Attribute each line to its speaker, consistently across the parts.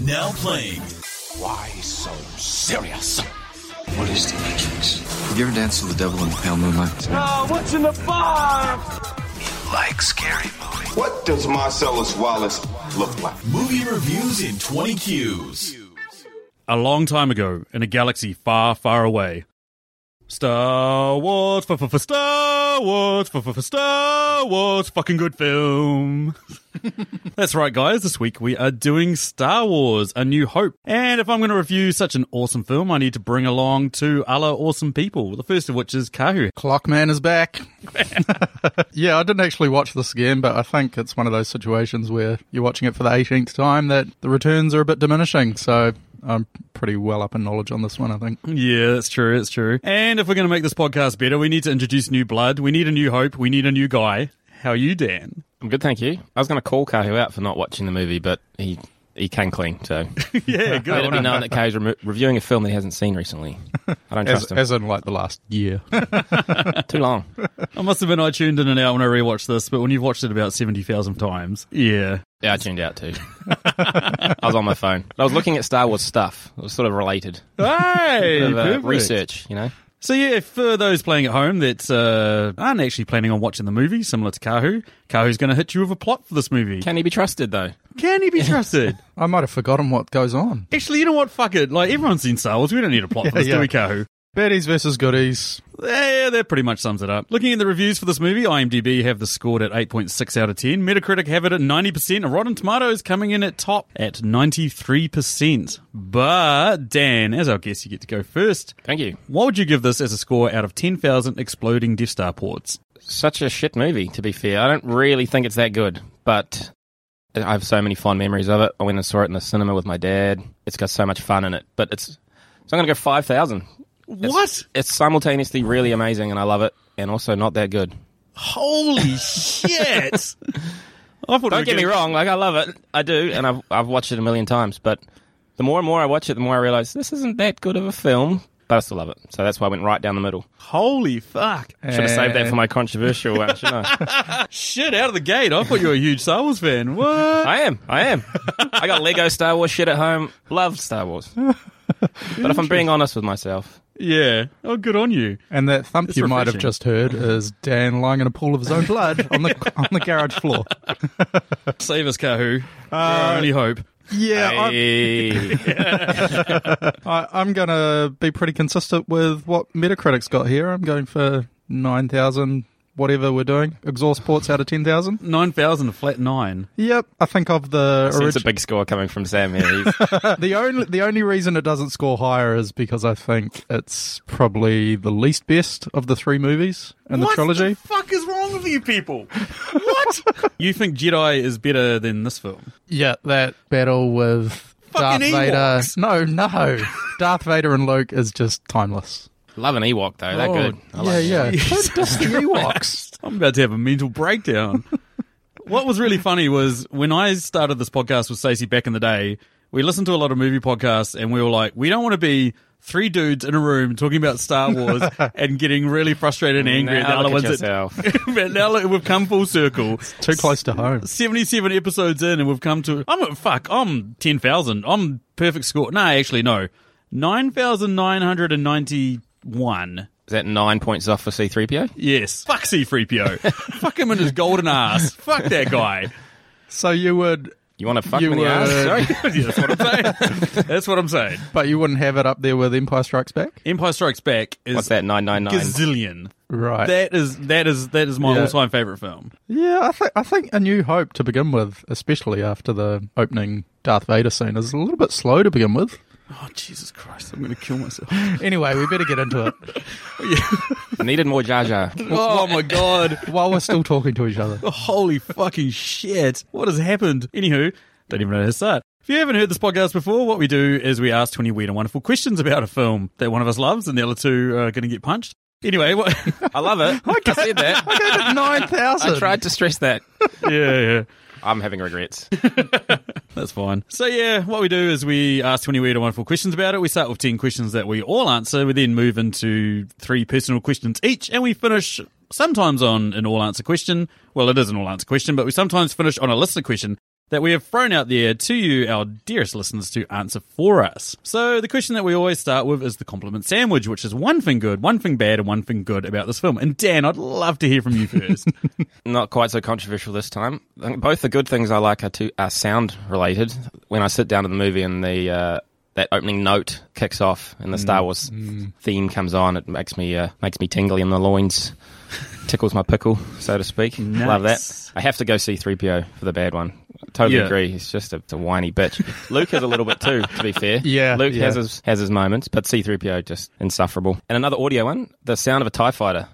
Speaker 1: Now playing.
Speaker 2: Why so serious? What is the Matrix?
Speaker 3: Have you ever danced with the devil in the pale moonlight?
Speaker 2: Like scary movie.
Speaker 4: What does Marcellus Wallace look like?
Speaker 1: Movie reviews in 20 cues.
Speaker 5: A long time ago, in a galaxy far, far away. Star Wars, for, for, for Star Wars, for, for, for Star Wars, fucking good film. That's right, guys. This week we are doing Star Wars: A New Hope, and if I'm going to review such an awesome film, I need to bring along two other awesome people. The first of which is Kahu.
Speaker 6: Clockman is back. yeah, I didn't actually watch this again, but I think it's one of those situations where you're watching it for the 18th time that the returns are a bit diminishing. So I'm pretty well up in knowledge on this one, I think.
Speaker 5: Yeah, that's true. That's true. And if we're going to make this podcast better, we need to introduce new blood. We need a new hope. We need a new guy. How are you, Dan?
Speaker 7: I'm good, thank you. I was going to call Kahu out for not watching the movie, but he he came clean. So
Speaker 5: Yeah,
Speaker 7: let it be known that Kahu's remo- reviewing a film that he hasn't seen recently. I don't
Speaker 6: As,
Speaker 7: trust him.
Speaker 6: as in like the last year.
Speaker 7: Too long.
Speaker 5: I must have been I tuned in and out when I rewatched this, but when you've watched it about 70,000 times. Yeah.
Speaker 7: Yeah, I tuned out too. I was on my phone. I was looking at Star Wars stuff. It was sort of related.
Speaker 5: Hey,
Speaker 7: Bit of, uh,
Speaker 5: perfect.
Speaker 7: research, you know.
Speaker 5: So yeah, for those playing at home that uh, aren't actually planning on watching the movie, similar to Kahu, Kahu's going to hit you with a plot for this movie.
Speaker 7: Can he be trusted though?
Speaker 5: Can he be trusted?
Speaker 6: I might have forgotten what goes on.
Speaker 5: actually, you know what? Fuck it. Like everyone's seen Star Wars, we don't need a plot for
Speaker 6: Yeah,
Speaker 5: this, do
Speaker 6: yeah.
Speaker 5: we, Kahu?
Speaker 6: Baddies versus goodies.
Speaker 5: Yeah, that pretty much sums it up. Looking at the reviews for this movie, IMDb have this scored at 8.6 out of 10. Metacritic have it at 90%. and Rotten Tomatoes coming in at top at 93%. But, Dan, as our guest, you get to go first.
Speaker 7: Thank you.
Speaker 5: What would you give this as a score out of 10,000 exploding Death Star ports?
Speaker 7: Such a shit movie, to be fair. I don't really think it's that good, but I have so many fond memories of it. I went and saw it in the cinema with my dad. It's got so much fun in it, but it's. So I'm going to go 5,000.
Speaker 5: What?
Speaker 7: It's simultaneously really amazing and I love it, and also not that good.
Speaker 5: Holy shit! I thought
Speaker 7: Don't get me wrong, like I love it, I do, and I've I've watched it a million times. But the more and more I watch it, the more I realize this isn't that good of a film. But I still love it, so that's why I went right down the middle.
Speaker 5: Holy fuck.
Speaker 7: Should have saved that for my controversial one, shouldn't I?
Speaker 5: Shit, out of the gate. I thought you were a huge Star Wars fan. What?
Speaker 7: I am, I am. I got Lego Star Wars shit at home. Loved Star Wars, but if I'm being honest with myself,
Speaker 5: Yeah. Oh, good on you.
Speaker 6: And that thump you might have
Speaker 5: refreshing.
Speaker 6: just heard is Dan lying in a pool of his own blood on the on the garage floor.
Speaker 5: Save us, Kahu. Our only hope.
Speaker 6: Yeah, I-
Speaker 7: Hey.
Speaker 6: I, I'm going to be pretty consistent with what Metacritic's got here. I'm going for 9,000, whatever we're doing. Exhaust ports out of 10,000.
Speaker 5: 9,000 to flat 9.
Speaker 6: Yep. I think of the
Speaker 7: So it's a
Speaker 6: origi-
Speaker 7: big score coming from Sam here. He's-
Speaker 6: the only the only reason it doesn't score higher is because I think it's probably the least best of the three movies in the trilogy.
Speaker 5: fuck is wrong with you people? What? you think Jedi is better than this film?
Speaker 6: yeah, that battle with Darth
Speaker 5: Fucking
Speaker 6: Vader.
Speaker 5: Ewoks.
Speaker 6: No, no. Darth Vader and Luke is just timeless.
Speaker 7: Love an Ewok though, that
Speaker 5: Oh,
Speaker 7: good. I like
Speaker 6: yeah, yeah.
Speaker 5: Jesus
Speaker 6: Don't diss the Ewoks.
Speaker 5: I'm about to have a mental breakdown. what was really funny was when I started this podcast with Stacey back in the day, we listened to a lot of movie podcasts and we were like, we don't want to be three dudes in a room talking about Star Wars and getting really frustrated and angry at the
Speaker 7: Now
Speaker 5: other
Speaker 7: look at
Speaker 5: ones.
Speaker 7: yourself.
Speaker 5: That, but now look, we've come full circle.
Speaker 6: Too close to home.
Speaker 5: 77 episodes in and we've come to I'm at fuck, I'm 10,000. I'm perfect score. No, actually no. 9,991.
Speaker 7: Is that nine points off for C3PO?
Speaker 5: Yes. Fuck C3PO. fuck him in his golden ass. Fuck that guy.
Speaker 6: So you would
Speaker 7: You want to fuck
Speaker 6: You
Speaker 7: me in the ass?
Speaker 6: would.
Speaker 7: Sorry.
Speaker 5: Yeah, that's what I'm saying. That's what I'm saying.
Speaker 6: But you wouldn't have it up there with Empire Strikes Back?
Speaker 5: Empire Strikes Back is
Speaker 7: What's that? Nine nine nine.
Speaker 5: gazillion.
Speaker 6: Right.
Speaker 5: That is that is that is my
Speaker 6: Yeah.
Speaker 5: all-time favorite film.
Speaker 6: yeah, I, th- I think A New Hope to begin with, especially after the opening Darth Vader scene, is a little bit slow to begin with.
Speaker 5: Oh Jesus Christ! I'm going to kill myself.
Speaker 6: Anyway, we better get into it
Speaker 7: Needed more Jar Jar.
Speaker 5: oh my God!
Speaker 6: while we're still talking to each other.
Speaker 5: Holy fucking shit. What has happened? Anywho, don't even know how to start. If you haven't heard this podcast before, what we do is we ask 20 weird and wonderful questions about a film that one of us loves and the other two are going to get punched. Anyway, what?
Speaker 7: I love it. I said that.
Speaker 6: Nine
Speaker 7: I
Speaker 6: thousand.
Speaker 7: tried to stress that.
Speaker 5: yeah, yeah.
Speaker 7: I'm having regrets.
Speaker 5: That's fine. So yeah, what we do is we ask 20 weird and wonderful questions about it. We start with 10 questions that we all answer. We then move into three personal questions each and we finish sometimes on an all answer question. Well, it is an all answer question, but we sometimes finish on a listener question. that we have thrown out there to you, our dearest listeners, to answer for us. So the question that we always start with is the compliment sandwich, which is one thing good, one thing bad, and one thing good about this film. And Dan, I'd love to hear from you first.
Speaker 7: Not quite so controversial this time. I think Both the good things I like are, to, are sound related. When I sit down to the movie and the uh, that opening note kicks off and the
Speaker 5: Mm.
Speaker 7: Star Wars theme comes on, it makes me uh, makes me tingly in the loins, tickles my pickle, so to speak. Love
Speaker 5: Nice.
Speaker 7: that. I have to go see three PO for the bad one. Totally
Speaker 5: Yeah.
Speaker 7: agree. He's just a, a whiny bitch. Luke is a little bit too, to be fair.
Speaker 6: Yeah,
Speaker 7: Luke
Speaker 6: yeah.
Speaker 7: has his has his moments, but C three PO just insufferable. And another audio one, the sound of a Tie Fighter.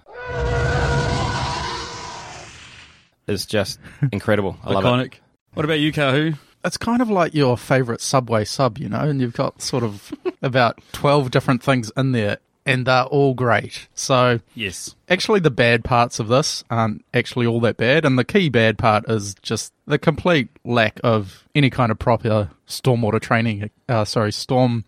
Speaker 7: Is just incredible. I love
Speaker 5: Iconic.
Speaker 7: it.
Speaker 5: What about you, Kahu?
Speaker 6: It's kind of like your favorite Subway sub, you know, and you've got sort of about 12 different things in there, and they're all great. So,
Speaker 5: Yes.
Speaker 6: actually, the bad parts of this aren't actually all that bad, and the key bad part is just the complete lack of any kind of proper stormwater training, uh, sorry, stormtrooper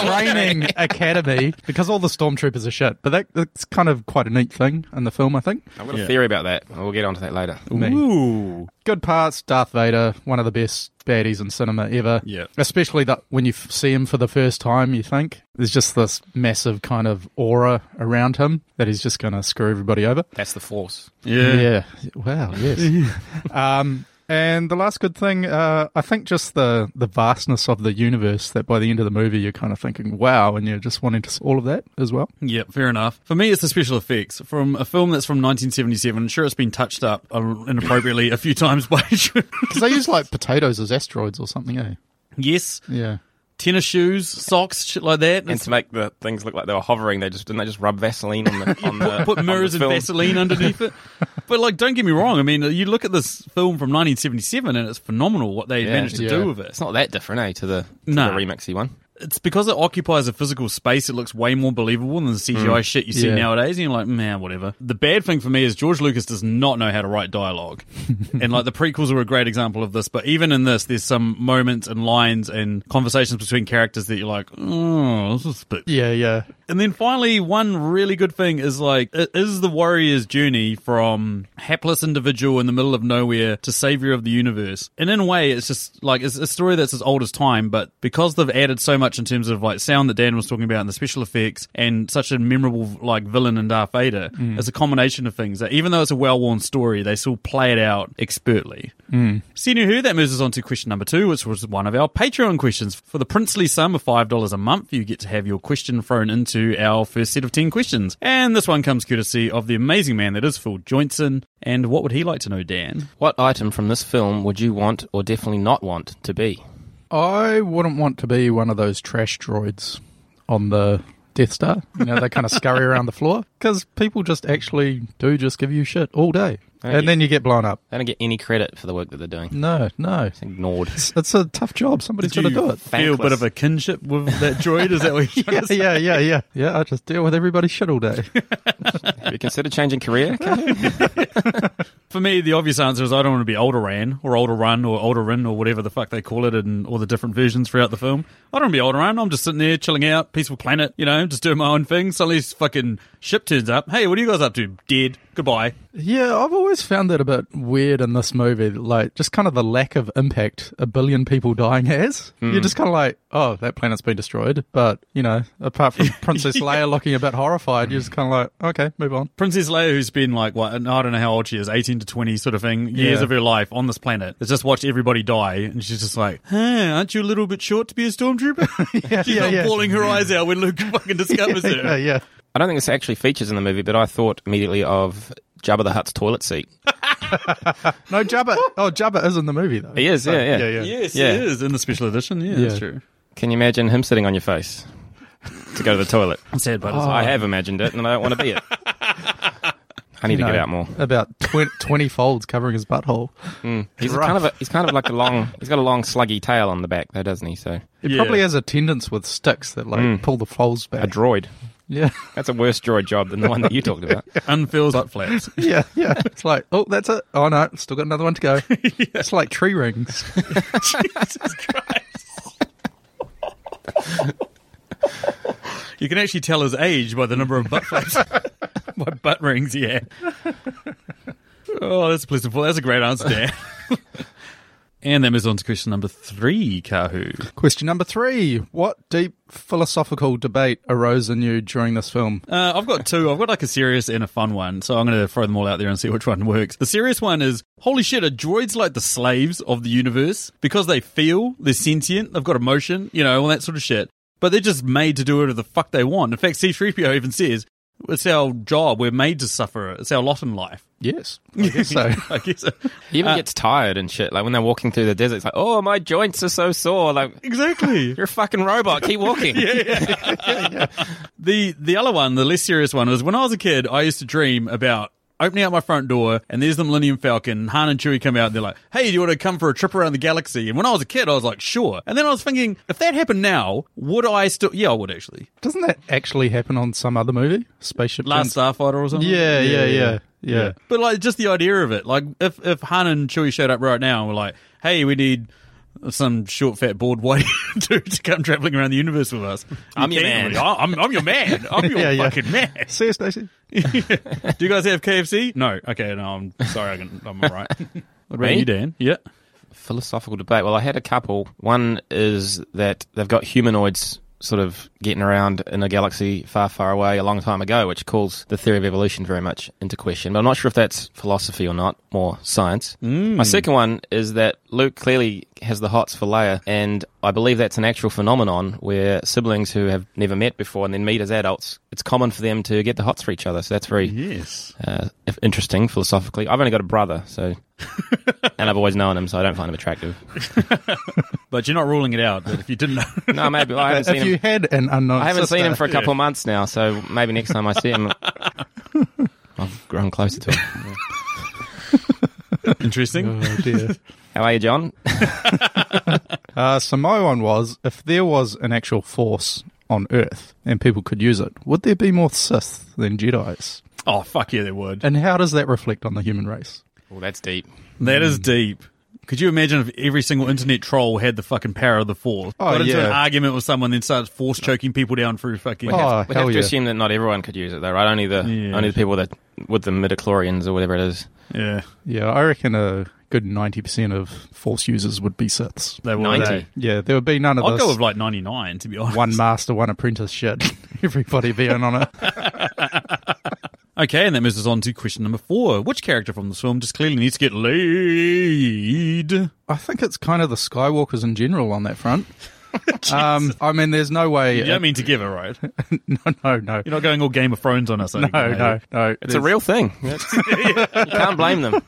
Speaker 6: training academy, because all the stormtroopers are shit. But that, that's kind of quite a neat thing in the film, I think.
Speaker 7: I've got a theory about that. We'll get onto that later.
Speaker 6: Me.
Speaker 5: Ooh.
Speaker 6: good parts. Darth Vader, one of the best baddies in cinema ever.
Speaker 5: Yeah.
Speaker 6: Especially that when you f- see him for the first time, you think there's just this massive kind of aura around him that he's just going to screw everybody over.
Speaker 7: That's the force.
Speaker 5: Yeah.
Speaker 6: Yeah. Wow. Yes. um, and the last good thing, uh, I think, just the the vastness of the universe. That by the end of the movie, you're kind of thinking, "Wow," and you're just wanting to see all of that as well.
Speaker 5: Yeah, fair enough. For me, it's the special effects from a film that's from 1977. Sure, it's been touched up um, inappropriately a few times by.
Speaker 6: Because they use like potatoes as asteroids or something, eh?
Speaker 5: yes,
Speaker 6: Yeah.
Speaker 5: tennis shoes, socks, shit like that.
Speaker 7: And to make the things look like they were hovering, they just didn't they just rub Vaseline on the on the
Speaker 5: put
Speaker 7: on the
Speaker 5: mirrors and
Speaker 7: film?
Speaker 5: Vaseline underneath it. But like, don't get me wrong. I mean, you look at this film from 1977, and it's phenomenal what they
Speaker 7: Yeah,
Speaker 5: managed to
Speaker 6: yeah.
Speaker 5: do with it.
Speaker 7: It's not that different, eh, to the, to
Speaker 5: Nah.
Speaker 7: the remixy one.
Speaker 5: It's because it occupies a physical space. It looks way more believable than the CGI shit you see
Speaker 6: Yeah.
Speaker 5: nowadays. And you're like, man, whatever. The bad thing for me is George Lucas does not know how to write dialogue, and like the prequels are a great example of this. But even in this, there's some moments and lines and conversations between characters that you're like, oh, this is a bit
Speaker 6: Yeah. Yeah.
Speaker 5: and then finally, one really good thing is like, it is the warrior's journey from hapless individual in the middle of nowhere to savior of the universe. And in a way, it's just like, it's a story that's as old as time, but because they've added so much in terms of like sound that Dan was talking about and the special effects and such a memorable like villain in Darth Vader, it's a combination of things that even though it's a well worn story, they still play it out expertly. So anywho, that moves us on to question number two, which was one of our Patreon questions. For the princely sum of five dollars a month, you get to have your question thrown into our first set of ten questions. And this one comes courtesy of the amazing man that is Phil Joinson. And what would he like to know, Dan?
Speaker 7: What item from this film would you want or definitely not want to be?
Speaker 6: I wouldn't want to be one of those trash droids on the Death Star. You know, they kind of scurry around the floor because people just actually do just give you shit all day.
Speaker 7: yeah.
Speaker 6: And then you get blown up.
Speaker 7: They don't get any credit for the work that they're doing.
Speaker 6: No, no.
Speaker 7: It's ignored.
Speaker 6: It's a tough job. Somebody's got to
Speaker 5: feel
Speaker 6: do it.
Speaker 5: a bit
Speaker 7: Thankless.
Speaker 5: of a kinship with that droid? Is that what you're trying to say?
Speaker 6: Yeah, yeah, yeah. Yeah, I just deal with everybody's shit all day.
Speaker 7: Have you considered changing career?
Speaker 5: For me, the obvious answer is I don't want to be Alderan or Alderun or Alderin or whatever the fuck they call it in all the different versions throughout the film. I don't want to be Alderan. I'm just sitting there chilling out, peaceful planet, you know, just doing my own thing. Suddenly this fucking ship turns up. Hey, what are you guys up to? Dead. Goodbye.
Speaker 6: Yeah, I've always found that a bit weird in this movie. Like, just kind of the lack of impact a billion people dying has. You're just kind of like, oh, that planet's been destroyed. But, you know, apart from Princess Leia looking a bit horrified, you're just kind of like, okay, move on.
Speaker 5: Princess Leia, who's been like, what, I don't know how old she is, 18 to 20 sort of thing, years
Speaker 6: Yeah.
Speaker 5: of her life on this planet, has just watched everybody die. And she's just like, hey, aren't you a little bit short to be a stormtrooper? she's
Speaker 6: yeah,
Speaker 5: not
Speaker 6: yeah.
Speaker 5: bawling her eyes out when Luke fucking discovers her.
Speaker 6: Yeah, yeah.
Speaker 7: I don't think this actually features in the movie, but I thought immediately of Jabba the Hutt's toilet seat.
Speaker 6: No, Jabba. Oh, Jabba is in the movie, though.
Speaker 7: He is, yeah, yeah.
Speaker 6: yeah, yeah.
Speaker 5: Yes,
Speaker 7: Yeah.
Speaker 5: it is in the special edition. Yeah, that's
Speaker 6: Yeah.
Speaker 5: true.
Speaker 7: Can you imagine him sitting on your face to go to the toilet?
Speaker 5: Sad, but
Speaker 6: Oh,
Speaker 7: I have imagined it, and I don't want to be it. I need
Speaker 6: You
Speaker 7: to get
Speaker 6: know,
Speaker 7: out more.
Speaker 6: About 20, 20 folds covering his butthole.
Speaker 7: He's kind of a, he's kind of like a long. He's got a long sluggy tail on the back, though, doesn't he? So
Speaker 6: He
Speaker 5: Yeah.
Speaker 6: probably has attendants with sticks that, like, pull the folds back.
Speaker 7: Hmm. a droid.
Speaker 6: yeah.
Speaker 7: That's a worse droid job than the one that you talked about.
Speaker 5: unfills butt flaps.
Speaker 6: Yeah, yeah. It's like, oh, that's it. Oh, no, still got another one to go. It's like tree rings.
Speaker 5: You can actually tell his age by the number of butt flaps, by butt rings. Yeah. Oh, that's a pleasant. Well, that's a great answer, Dan. And that moves on to question number three, Kahu.
Speaker 6: Question number three What deep philosophical debate arose in you during this film?
Speaker 5: Uh, I've got two. I've got like a serious and a fun one, so I'm going to throw them all out there and see which one works. The serious one is holy shit, are droids like the slaves of the universe? Because they feel, they're sentient, they've got emotion, you know, all that sort of shit. But they're just made to do whatever the fuck they want. In fact, C3PO even says, it's our job, we're made to suffer, it's our lot in life.
Speaker 6: Yes. I guess so.
Speaker 5: I guess. uh,
Speaker 7: He even gets tired and shit. Like when they're walking through the desert, it's like, oh, my joints are so sore. Like,
Speaker 5: Exactly.
Speaker 7: you're a fucking robot. Keep walking.
Speaker 5: The the other one, the less serious one, was when I was a kid, I used to dream about opening up my front door and there's the Millennium Falcon. Han and Chewie come out and they're like, "Hey, do you want to come for a trip around the galaxy?" And when I was a kid, I was like, "Sure." And then I was thinking, if that happened now, would I still? Yeah, I would actually.
Speaker 6: Doesn't that actually happen on some other movie? Spaceship
Speaker 5: Last
Speaker 6: Gen-
Speaker 5: Starfighter or something.
Speaker 6: Yeah, yeah, yeah, yeah.
Speaker 5: But like, just the idea of it, like, if if Han and Chewie showed up right now and were like, "Hey, we need." Some short, fat, bored white dude to come traveling around the universe with us.
Speaker 7: I'm your man.
Speaker 5: I'm, I'm your man. I'm your
Speaker 6: Yeah, yeah.
Speaker 5: fucking man.
Speaker 6: See you, Stacey.
Speaker 5: Do you guys have KFC? No. Okay, no, I'm sorry. I can, I'm all right. what about
Speaker 7: Me?
Speaker 5: you, Dan? Yeah.
Speaker 7: philosophical debate. Well, I had a couple. One is that they've got humanoids sort of getting around in a galaxy far, far away a long time ago, which calls the theory of evolution very much into question. But I'm not sure if that's philosophy or not, more science. My second one is that Luke clearly has the hots for Leia, and I believe that's an actual phenomenon where siblings who have never met before and then meet as adults, it's common for them to get the hots for each other. So that's very
Speaker 5: Mm-hmm. Yes.
Speaker 7: uh, if- interesting philosophically. I've only got a brother, so. and I've always known him, so I don't find him attractive.
Speaker 5: But you're not ruling it out. That if you didn't know,
Speaker 7: No, maybe well, I haven't seen
Speaker 6: If you
Speaker 7: him.
Speaker 6: had an unknown
Speaker 7: I haven't seen him
Speaker 6: sister-
Speaker 7: for a couple of months now, so maybe next time I see him, I've grown closer to him.
Speaker 5: interesting.
Speaker 6: Oh, dear.
Speaker 7: How are you, John?
Speaker 6: Uh, so my one was, if there was an actual force on Earth and people could use it, would there be more Sith than Jedi's?
Speaker 5: Oh fuck yeah, they would.
Speaker 6: And how does that reflect on the human race?
Speaker 7: Well, that's deep.
Speaker 5: That
Speaker 6: Mm.
Speaker 5: is deep. Could you imagine if every single internet troll had the fucking power of the force?
Speaker 6: Oh,
Speaker 5: Got into
Speaker 6: yeah.
Speaker 5: an argument with someone, then starts force choking people down through fucking.
Speaker 6: Oh,
Speaker 7: We
Speaker 6: hell
Speaker 7: have to
Speaker 6: yeah.
Speaker 7: assume that not everyone could use it, though, right? Only the
Speaker 5: Yeah.
Speaker 7: only the people that with the midichlorians or whatever it is.
Speaker 5: Yeah,
Speaker 6: Yeah, I reckon a good 90% of force users would be Siths.
Speaker 5: they would.
Speaker 7: 90.
Speaker 6: Yeah, there would be none of
Speaker 5: I'll
Speaker 6: this
Speaker 5: go with like 99 to be honest.
Speaker 6: one master, one apprentice shit. Everybody being on it.
Speaker 5: Okay, and that moves us on to question number four. Which character from this film just clearly needs to get laid?
Speaker 6: I think it's kind of the Skywalkers in general on that front. um, I mean, there's no way.
Speaker 5: You don't mean to give it, right? You're
Speaker 6: no, no, no.
Speaker 5: not going all Game of Thrones on us. are you,
Speaker 6: No,
Speaker 5: mate?
Speaker 6: no, no.
Speaker 7: It's a real thing. you can't blame them.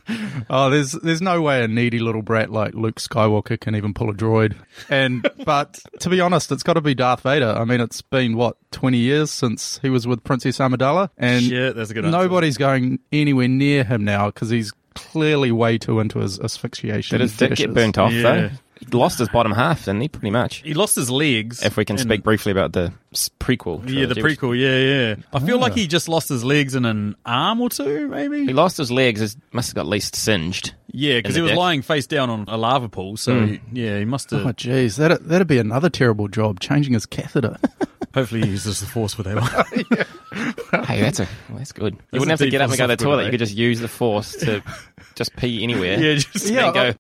Speaker 6: Oh, there's there's no way a needy little brat like Luke Skywalker can even pull a droid. And but to be honest, it's got to be Darth Vader. I mean, it's been what 20 years since he was with Princess Amidala, and
Speaker 5: Shit, that's a good answer.
Speaker 6: nobody's going anywhere near him now because he's clearly way too into his asphyxiation.
Speaker 7: Did his dick get
Speaker 6: fetishes.
Speaker 7: burnt off,
Speaker 5: Yeah.
Speaker 7: though? He lost his bottom half, didn't he? Pretty much.
Speaker 5: He lost his legs.
Speaker 7: If we can
Speaker 5: in-
Speaker 7: speak briefly about the s- prequel.
Speaker 5: Yeah, the
Speaker 7: trilogy, which-
Speaker 5: prequel. Yeah, yeah. I feel like he just lost his legs and an arm or two,
Speaker 7: He
Speaker 5: maybe.
Speaker 7: lost his legs. His must have got at least singed.
Speaker 5: Yeah, because
Speaker 7: And
Speaker 5: he
Speaker 7: the
Speaker 5: was
Speaker 7: dick.
Speaker 5: lying face down on a lava pool. So yeah, he must have.
Speaker 6: Oh, jeez, that that'd be another terrible job changing his catheter.
Speaker 5: Hopefully, he uses the force for that one.
Speaker 7: Hey, that's a well, that's good. You
Speaker 5: That's a
Speaker 7: wouldn't have to
Speaker 5: deep
Speaker 7: get up and go to the
Speaker 5: philosophical
Speaker 7: toilet. You
Speaker 5: debate.
Speaker 7: could just use the force to just pee anywhere.
Speaker 5: yeah, just
Speaker 7: and then
Speaker 6: Yeah,
Speaker 7: go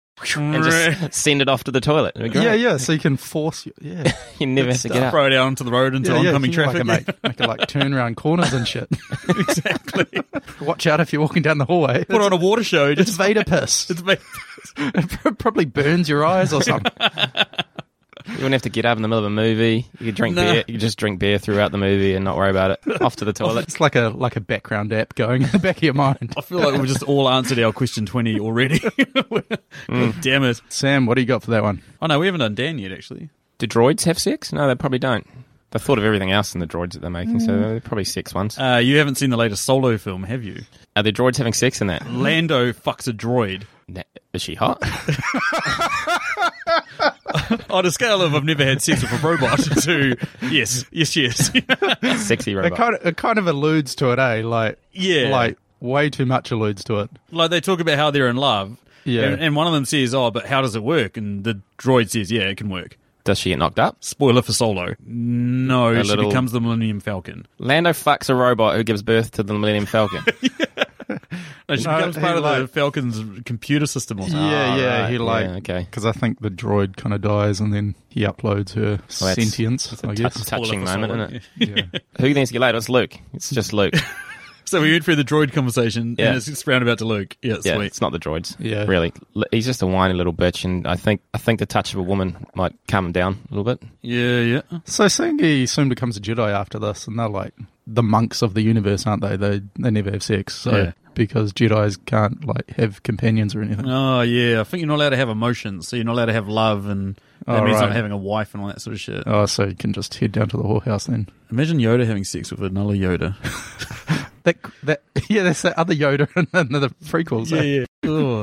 Speaker 7: and just send it off to the toilet. It'd be great.
Speaker 6: yeah, yeah. So you can force. Your, yeah,
Speaker 7: You never have to get up.
Speaker 5: throw it out onto the road into
Speaker 6: yeah, yeah.
Speaker 5: oncoming
Speaker 6: you
Speaker 5: traffic.
Speaker 6: Like, make, make it like turn around corners and shit.
Speaker 5: exactly.
Speaker 6: Watch out if you're walking down the hallway.
Speaker 5: Put on a water show.
Speaker 6: It's
Speaker 5: Just
Speaker 6: Vader piss.
Speaker 5: it's made-
Speaker 6: It probably burns your eyes or something.
Speaker 7: You wouldn't have to get up in the middle of a movie. You could drink
Speaker 5: No.
Speaker 7: beer. You could just drink beer throughout the movie and not worry about it. Off to the toilet.
Speaker 6: it's like a like a background app going in the back of your mind.
Speaker 5: I feel like we've just all answered our question twenty already. God damn it!
Speaker 6: Sam, what do you got for that one?
Speaker 5: Oh no, we haven't done Dan yet. Actually,
Speaker 7: Do droids have sex? No, they probably don't. They thought of everything else in the droids that they're making, so
Speaker 5: Mm.
Speaker 7: they're probably sex ones.
Speaker 5: uh, you haven't seen the latest Solo film, have you?
Speaker 7: Are the droids having sex in that?
Speaker 5: Lando fucks a droid.
Speaker 7: Na- Is she hot?
Speaker 5: on a scale of I've never had sex with a robot to yes, yes, yes.
Speaker 7: Sexy
Speaker 6: It
Speaker 7: robot.
Speaker 6: kind of it kind of alludes to it, eh? Like
Speaker 5: Yeah.
Speaker 6: like way too much alludes to it.
Speaker 5: like they talk about how they're in love.
Speaker 6: Yeah.
Speaker 5: And, and one of them says, Oh, but how does it work? And the droid says, Yeah, it can work.
Speaker 7: Does she get knocked up?
Speaker 5: Spoiler for Solo. No, she
Speaker 7: little-
Speaker 5: becomes the Millennium Falcon.
Speaker 7: Lando fucks a robot who gives birth to the Millennium Falcon.
Speaker 5: No, she
Speaker 6: No,
Speaker 5: becomes
Speaker 6: he
Speaker 5: part of the
Speaker 6: like-
Speaker 5: Falcon's computer system or something.
Speaker 6: Yeah, yeah,
Speaker 7: right.
Speaker 6: Ah, he like
Speaker 7: Yeah, okay.
Speaker 6: because I think the droid kind of dies and then he uploads her
Speaker 7: Well, Oh, that's-
Speaker 6: sentience. I
Speaker 7: Tou-
Speaker 6: guess.
Speaker 7: touching
Speaker 5: Spoiler for
Speaker 7: moment,
Speaker 5: Solo.
Speaker 7: isn't it?
Speaker 6: yeah.
Speaker 7: Who you think is later? It's Luke. It's
Speaker 6: Mm.
Speaker 7: just Luke.
Speaker 5: So we went through the droid conversation,
Speaker 7: Yeah.
Speaker 5: and it's, it's roundabout to Luke. Yeah,
Speaker 7: yeah,
Speaker 5: sweet.
Speaker 7: it's not the droids.
Speaker 6: Yeah.
Speaker 7: really. L- He's just a whiny little bitch, and I think I think the touch of a woman might calm him down a little bit.
Speaker 5: Yeah, yeah.
Speaker 6: So Sangi soon becomes a Jedi after this, and they're like the monks of the universe, aren't they? They they never have sex, so
Speaker 5: Yeah.
Speaker 6: because Jedi's can't like have companions or anything.
Speaker 5: Oh, yeah. I think you're not allowed to have emotions, so you're not allowed to have love, and that
Speaker 6: Oh,
Speaker 5: means not
Speaker 6: right.
Speaker 5: having a wife and all that sort of shit.
Speaker 6: Oh, so you can just head down to the whorehouse then.
Speaker 5: Imagine Yoda having sex with another Yoda.
Speaker 6: That that yeah, that's that other Yoda in the, the prequels. eh?
Speaker 5: Ugh.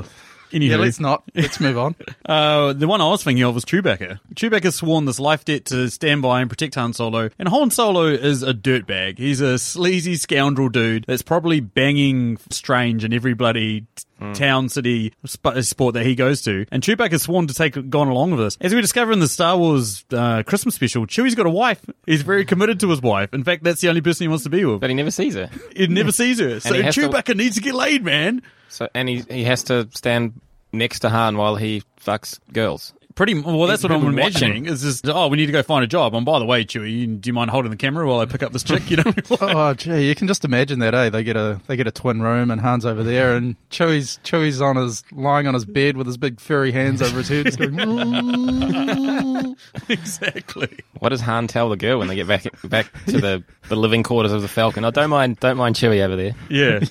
Speaker 6: yeah.
Speaker 5: Anywho,
Speaker 6: Let's not. Let's move on.
Speaker 5: uh, the one I was thinking of was Chewbacca. Chewbacca's sworn this life debt to stand by and protect Han Solo, and Han Solo is a dirtbag. He's a sleazy scoundrel dude that's probably banging Strange in every bloody t-
Speaker 7: Hmm.
Speaker 5: town, city, sp- sport that he goes to. And Chewbacca's sworn to take gone along with this. As we discover in the Star Wars uh, Christmas special, Chewie's got a wife. He's very committed to his wife. In fact, that's the only person he wants to be with.
Speaker 7: But he never sees her.
Speaker 5: He never sees her. So
Speaker 7: he has to-
Speaker 5: Chewbacca needs to get laid, man.
Speaker 7: So and he he has to stand next to Han while he fucks girls.
Speaker 5: Pretty m- well. That's what I'm
Speaker 7: People
Speaker 5: imagining.
Speaker 7: watching.
Speaker 5: Is just oh, we need to go find a job. And by the way, Chewie, you- do you mind holding the camera while I pick up this chick? You know, like-
Speaker 6: Oh, gee, you can just imagine that, eh? They get a they get a twin room, and Han's over there, and Chewie's Chewie's on his lying on his bed with his big furry hands over his head, just going,
Speaker 5: exactly.
Speaker 7: What does Han tell the girl when they get back back to the, the living quarters of the Falcon? I don't mind don't mind Chewie over there.
Speaker 5: Yeah.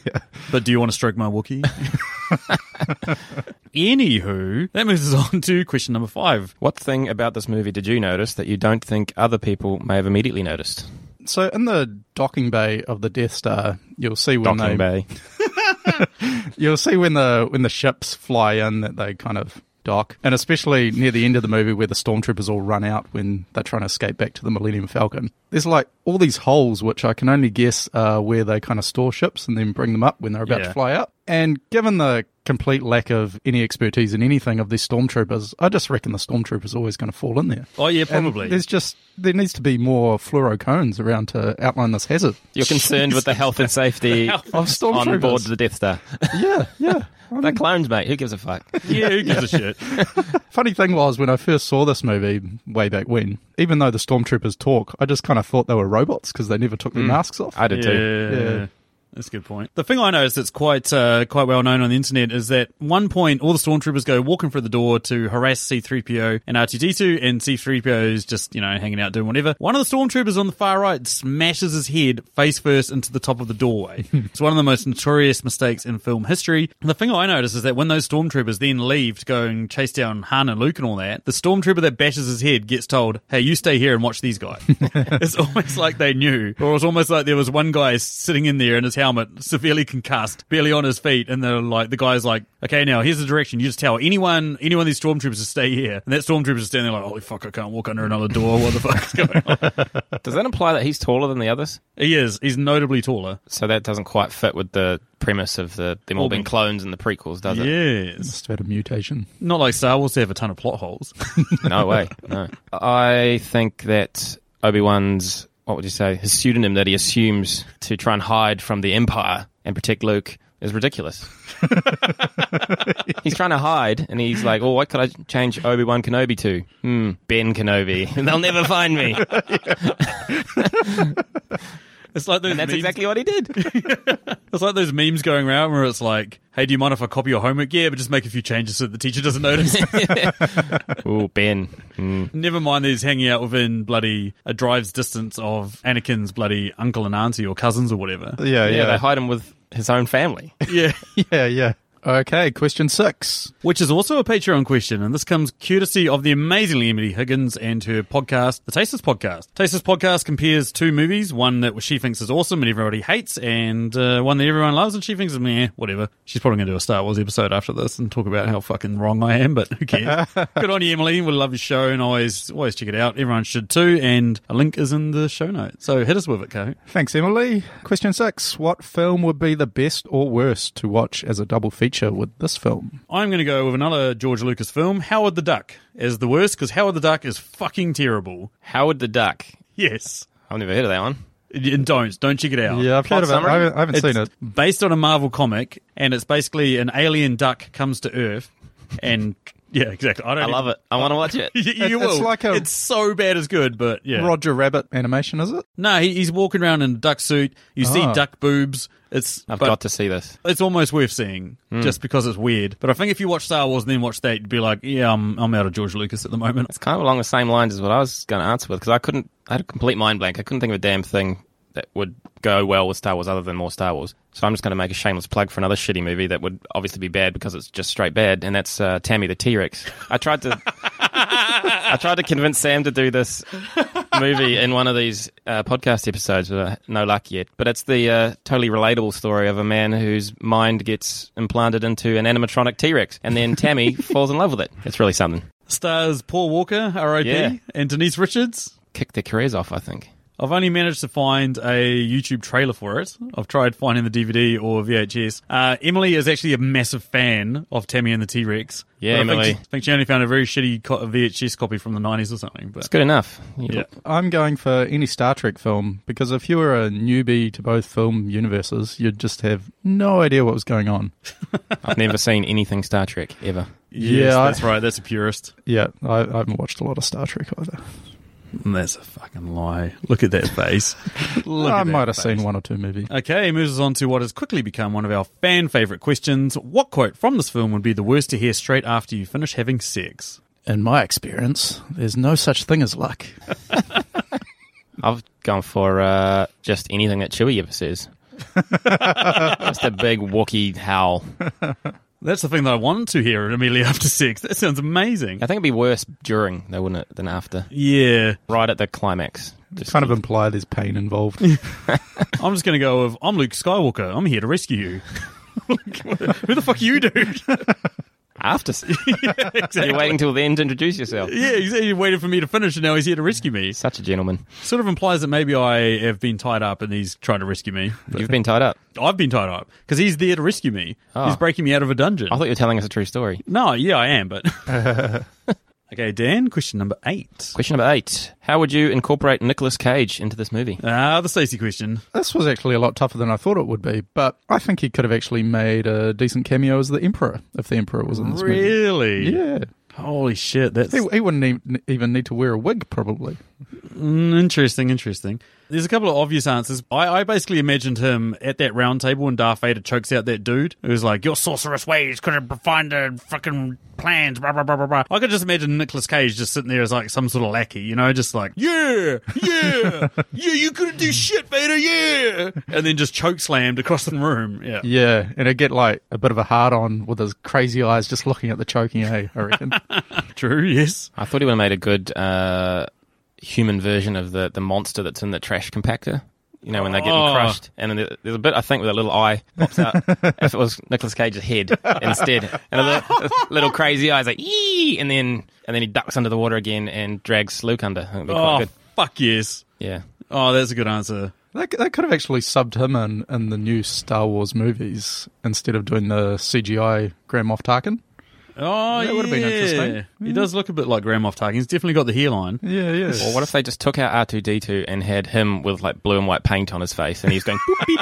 Speaker 5: But do you want to stroke my Wookiee? Anywho, that moves us on to question number five.
Speaker 7: What thing about this movie did you notice that you don't think other people may have immediately noticed?
Speaker 6: So in the docking bay of the Death Star, you'll see when
Speaker 7: Docking
Speaker 6: they
Speaker 7: Bay.
Speaker 6: you'll see when the when the ships fly in that they kind of dock, and especially near the end of the movie where the stormtroopers all run out when they're trying to escape back to the Millennium Falcon. There's like all these holes, which I can only guess are where they kind of store ships and then bring them up when they're about
Speaker 5: Yeah.
Speaker 6: to fly out. And given the complete lack of any expertise in anything of these stormtroopers, I just reckon the stormtroopers always going to fall in there.
Speaker 5: Oh yeah,
Speaker 6: And
Speaker 5: probably.
Speaker 6: There's just there needs to be more fluoro cones around to outline this hazard.
Speaker 7: You're concerned with the health and safety
Speaker 6: Of
Speaker 7: on
Speaker 6: stormtroopers.
Speaker 7: board the Death Star.
Speaker 6: Yeah, yeah.
Speaker 7: They're clones, mate. Who gives a fuck?
Speaker 5: yeah, who gives a shit?
Speaker 6: Funny thing was, when I first saw this movie way back when, even though the stormtroopers talk, I just kind of thought they were robots because they never took their masks off.
Speaker 7: I did too.
Speaker 5: Yeah.
Speaker 6: Yeah.
Speaker 5: That's a good point. The thing I noticed that's quite uh, quite well known on the internet is that one point all the stormtroopers go walking through the door to harass C3PO and R2D2, and C3PO is just you know hanging out doing whatever. One of the stormtroopers on the far right smashes his head face first into the top of the doorway. it's one of the most notorious mistakes in film history. And the thing I noticed is that when those stormtroopers then leave to go and chase down Han and Luke and all that, the stormtrooper that bashes his head gets told, "Hey, you stay here and watch these guys." it's almost like they knew, or it's almost like there was one guy sitting in there in his helmet, severely concussed, barely on his feet, and they're like, the guy's like, "Okay, now here's the direction. You just tell anyone, anyone of these stormtroopers to stay here." And that stormtrooper's standing there like, "Holy fuck, I can't walk under another door. What the fuck's going on?"
Speaker 7: Does that imply that he's taller than the others?
Speaker 5: He is. He's notably taller.
Speaker 7: So that doesn't quite fit with the premise of the them all being clones in the prequels, does it?
Speaker 5: Yes.
Speaker 6: Just had a mutation.
Speaker 5: Not like Star Wars, they have a ton of plot holes.
Speaker 7: No way. No. I think that Obi Wan's what would you say his pseudonym that he assumes to try and hide from the Empire and protect Luke is ridiculous. he's trying to hide, and he's like, "Oh, what could I change Obi Wan Kenobi to? Hmm, Ben Kenobi. They'll never find me."
Speaker 5: It's like those
Speaker 7: That's
Speaker 5: memes-
Speaker 7: exactly what he did.
Speaker 5: It's like those memes going around where it's like, "Hey, do you mind if I copy your homework?" Yeah, but just make a few changes so that the teacher doesn't notice.
Speaker 7: Oh, Ben.
Speaker 5: Never mind that he's hanging out within bloody a drive's distance of Anakin's bloody uncle and auntie or cousins or whatever.
Speaker 6: Yeah,
Speaker 7: Yeah, they
Speaker 6: yeah,
Speaker 7: hide him with his own family.
Speaker 5: Yeah.
Speaker 6: yeah, yeah. Okay, question six.
Speaker 5: Which is also a Patreon question, and this comes courtesy of the amazingly Emily Higgins and her podcast, The Tasteless Podcast. Tasteless Podcast compares two movies, one that she thinks is awesome and everybody hates, and uh, one that everyone loves and she thinks is meh, whatever. She's probably going to do a Star Wars episode after this and talk about how fucking wrong I am, but who cares? Good on you, Emily. We love your show and always always check it out. Everyone should too, and a link is in the show notes. So hit us with it, Coho.
Speaker 6: Thanks, Emily. Question six. What film would be the best or worst to watch as a double feature with this film?
Speaker 5: I'm going to go with another George Lucas film, Howard the Duck, as the worst, because Howard the Duck is fucking terrible.
Speaker 7: Howard the Duck.
Speaker 5: Yes.
Speaker 7: I've never heard of that one.
Speaker 5: And don't don't check it out.
Speaker 6: Yeah, I've heard of it. I haven't, I haven't seen it.
Speaker 5: It's Based on a Marvel comic, and it's basically an alien duck comes to Earth, and yeah, exactly. I don't.
Speaker 7: I love it. I want to watch it.
Speaker 5: You, you
Speaker 6: It's
Speaker 5: will.
Speaker 6: like a-
Speaker 5: it's so bad it's good, but yeah.
Speaker 6: Roger Rabbit animation, is it?
Speaker 5: No, he, he's walking around in a duck suit. You see
Speaker 6: Ah.
Speaker 5: duck boobs. It's
Speaker 7: I've
Speaker 5: but
Speaker 7: got Hmm. to see this.
Speaker 5: It's almost worth seeing just because it's weird. But I think if you watch Star Wars and then watch that, you'd be like, yeah, I'm I'm out of George Lucas at the moment.
Speaker 7: It's kind of along the same lines as what I was going to answer with because I couldn't. I had a complete mind blank. I couldn't think of a damn thing that would go well with Star Wars other than more Star Wars. So I'm just going to make a shameless plug for another shitty movie that would obviously be bad because it's just straight bad, and that's uh, Tammy the T Rex. I tried to. I tried to convince Sam to do this movie in one of these uh, podcast episodes, but uh, no luck yet. But it's the uh, totally relatable story of a man whose mind gets implanted into an animatronic T Rex, and then Tammy falls in love with it. It's really something.
Speaker 5: Stars Paul Walker, R.I.P.,
Speaker 7: Yeah.
Speaker 5: and Denise Richards.
Speaker 7: Kick their careers off, I think.
Speaker 5: I've only managed to find a YouTube trailer for it. I've tried finding the DVD or VHS. Uh, Emily is actually a massive fan of Tammy and the T Rex. But
Speaker 7: Yeah,
Speaker 5: I think
Speaker 7: Emily.
Speaker 5: she, I think she only found a very shitty co- VHS copy from the 90s or something. But
Speaker 7: It's good enough. You-
Speaker 5: Yeah.
Speaker 6: I'm going for any Star Trek film because if you were a newbie to both film universes, you'd just have no idea what was going on.
Speaker 7: I've never seen anything Star Trek ever.
Speaker 5: Yes,
Speaker 6: Yeah, I-
Speaker 5: that's right. That's a purist.
Speaker 6: Yeah, I, I haven't watched a lot of Star Trek either.
Speaker 5: That's a fucking lie. Look at that face. Look
Speaker 6: I
Speaker 5: at that
Speaker 6: might have
Speaker 5: face.
Speaker 6: seen one or two movies.
Speaker 5: Okay, moves us on to what has quickly become one of our fan favorite questions. What quote from this film would be the worst to hear straight after you finish having sex?
Speaker 6: In my experience, there's no such thing as luck.
Speaker 7: I've gone for uh, just anything that Chewie ever says. just a big Wookiee howl.
Speaker 5: That's the thing that I wanted to hear immediately after sex. That sounds amazing.
Speaker 7: I think it'd be worse during, though, wouldn't it, than after?
Speaker 5: Yeah.
Speaker 7: Right at the climax. Just
Speaker 6: Kind of imply there's pain involved.
Speaker 5: I'm just going to go with I'm Luke Skywalker. I'm here to rescue you. Who the fuck are you, dude?
Speaker 7: after. You're waiting till then to introduce yourself.
Speaker 5: yeah, he's- he waited for me to finish and now he's here to rescue me.
Speaker 7: Such a gentleman.
Speaker 5: Sort of implies that maybe I have been tied up and he's trying to rescue me.
Speaker 7: You've been tied up.
Speaker 5: I've been tied up because he's there to rescue me. He's breaking me out of a dungeon.
Speaker 7: Ah. I thought you were telling us a true story.
Speaker 5: No, yeah, I am, but. okay, Dan, question number eight.
Speaker 7: Question number eight How would you incorporate Nicolas Cage into this movie?
Speaker 5: Ah, the Stacey question.
Speaker 6: this was actually a lot tougher than I thought it would be, but I think he could have actually made a decent cameo as the Emperor if the Emperor was in this movie.
Speaker 5: Really?
Speaker 6: Yeah.
Speaker 5: Holy shit, that's
Speaker 6: He, he wouldn't even, even need to wear a wig, probably.
Speaker 5: interesting, interesting. There's a couple of obvious answers. I, I basically imagined him at that round table when Darth Vader chokes out that dude who's like, your sorcerous ways could have refined our fucking plans, blah, blah, blah, blah, blah. I could just imagine Nicolas Cage just sitting there as like some sort of lackey, you know, just like, yeah, yeah, yeah, you couldn't do shit, Vader, yeah. And then just choke slammed across the room. Yeah.
Speaker 6: Yeah, and it'd get like a bit of a hard on with his crazy eyes just looking at the choking A, I reckon.
Speaker 5: True, yes.
Speaker 7: I thought he would have made a good uh, human version of the, the monster that's in the trash compactor. You know, when they're getting
Speaker 5: Oh.
Speaker 7: crushed. And then there- there's a bit, I think, with a little eye pops out. if it was Nicolas Cage's head instead. And a little, little crazy eyes like, yee! And then, and then he ducks under the water again and drags Luke under. I think it'd be quite
Speaker 5: Oh,
Speaker 7: good.
Speaker 5: fuck yes.
Speaker 7: Yeah.
Speaker 5: Oh, that's a good answer.
Speaker 6: they, they could have actually subbed him in in the new Star Wars movies instead of doing the CGI Grand Moff Tarkin.
Speaker 5: Oh,
Speaker 6: That would've been interesting.
Speaker 5: He does look a bit like Grand Moff Tarkin. He's definitely got the hairline.
Speaker 6: Yeah, yeah.
Speaker 7: Or what if they just took out R2D2 and had him with like blue and white paint on his face and he's going, boop, beep,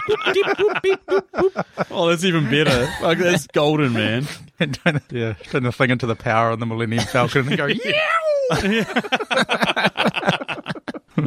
Speaker 7: boop, beep, boop, beep, boop.
Speaker 5: Oh, that's even better. like that's golden, man.
Speaker 6: and turn, the- yeah, turn the thing into the power on the Millennium Falcon and go, yeah!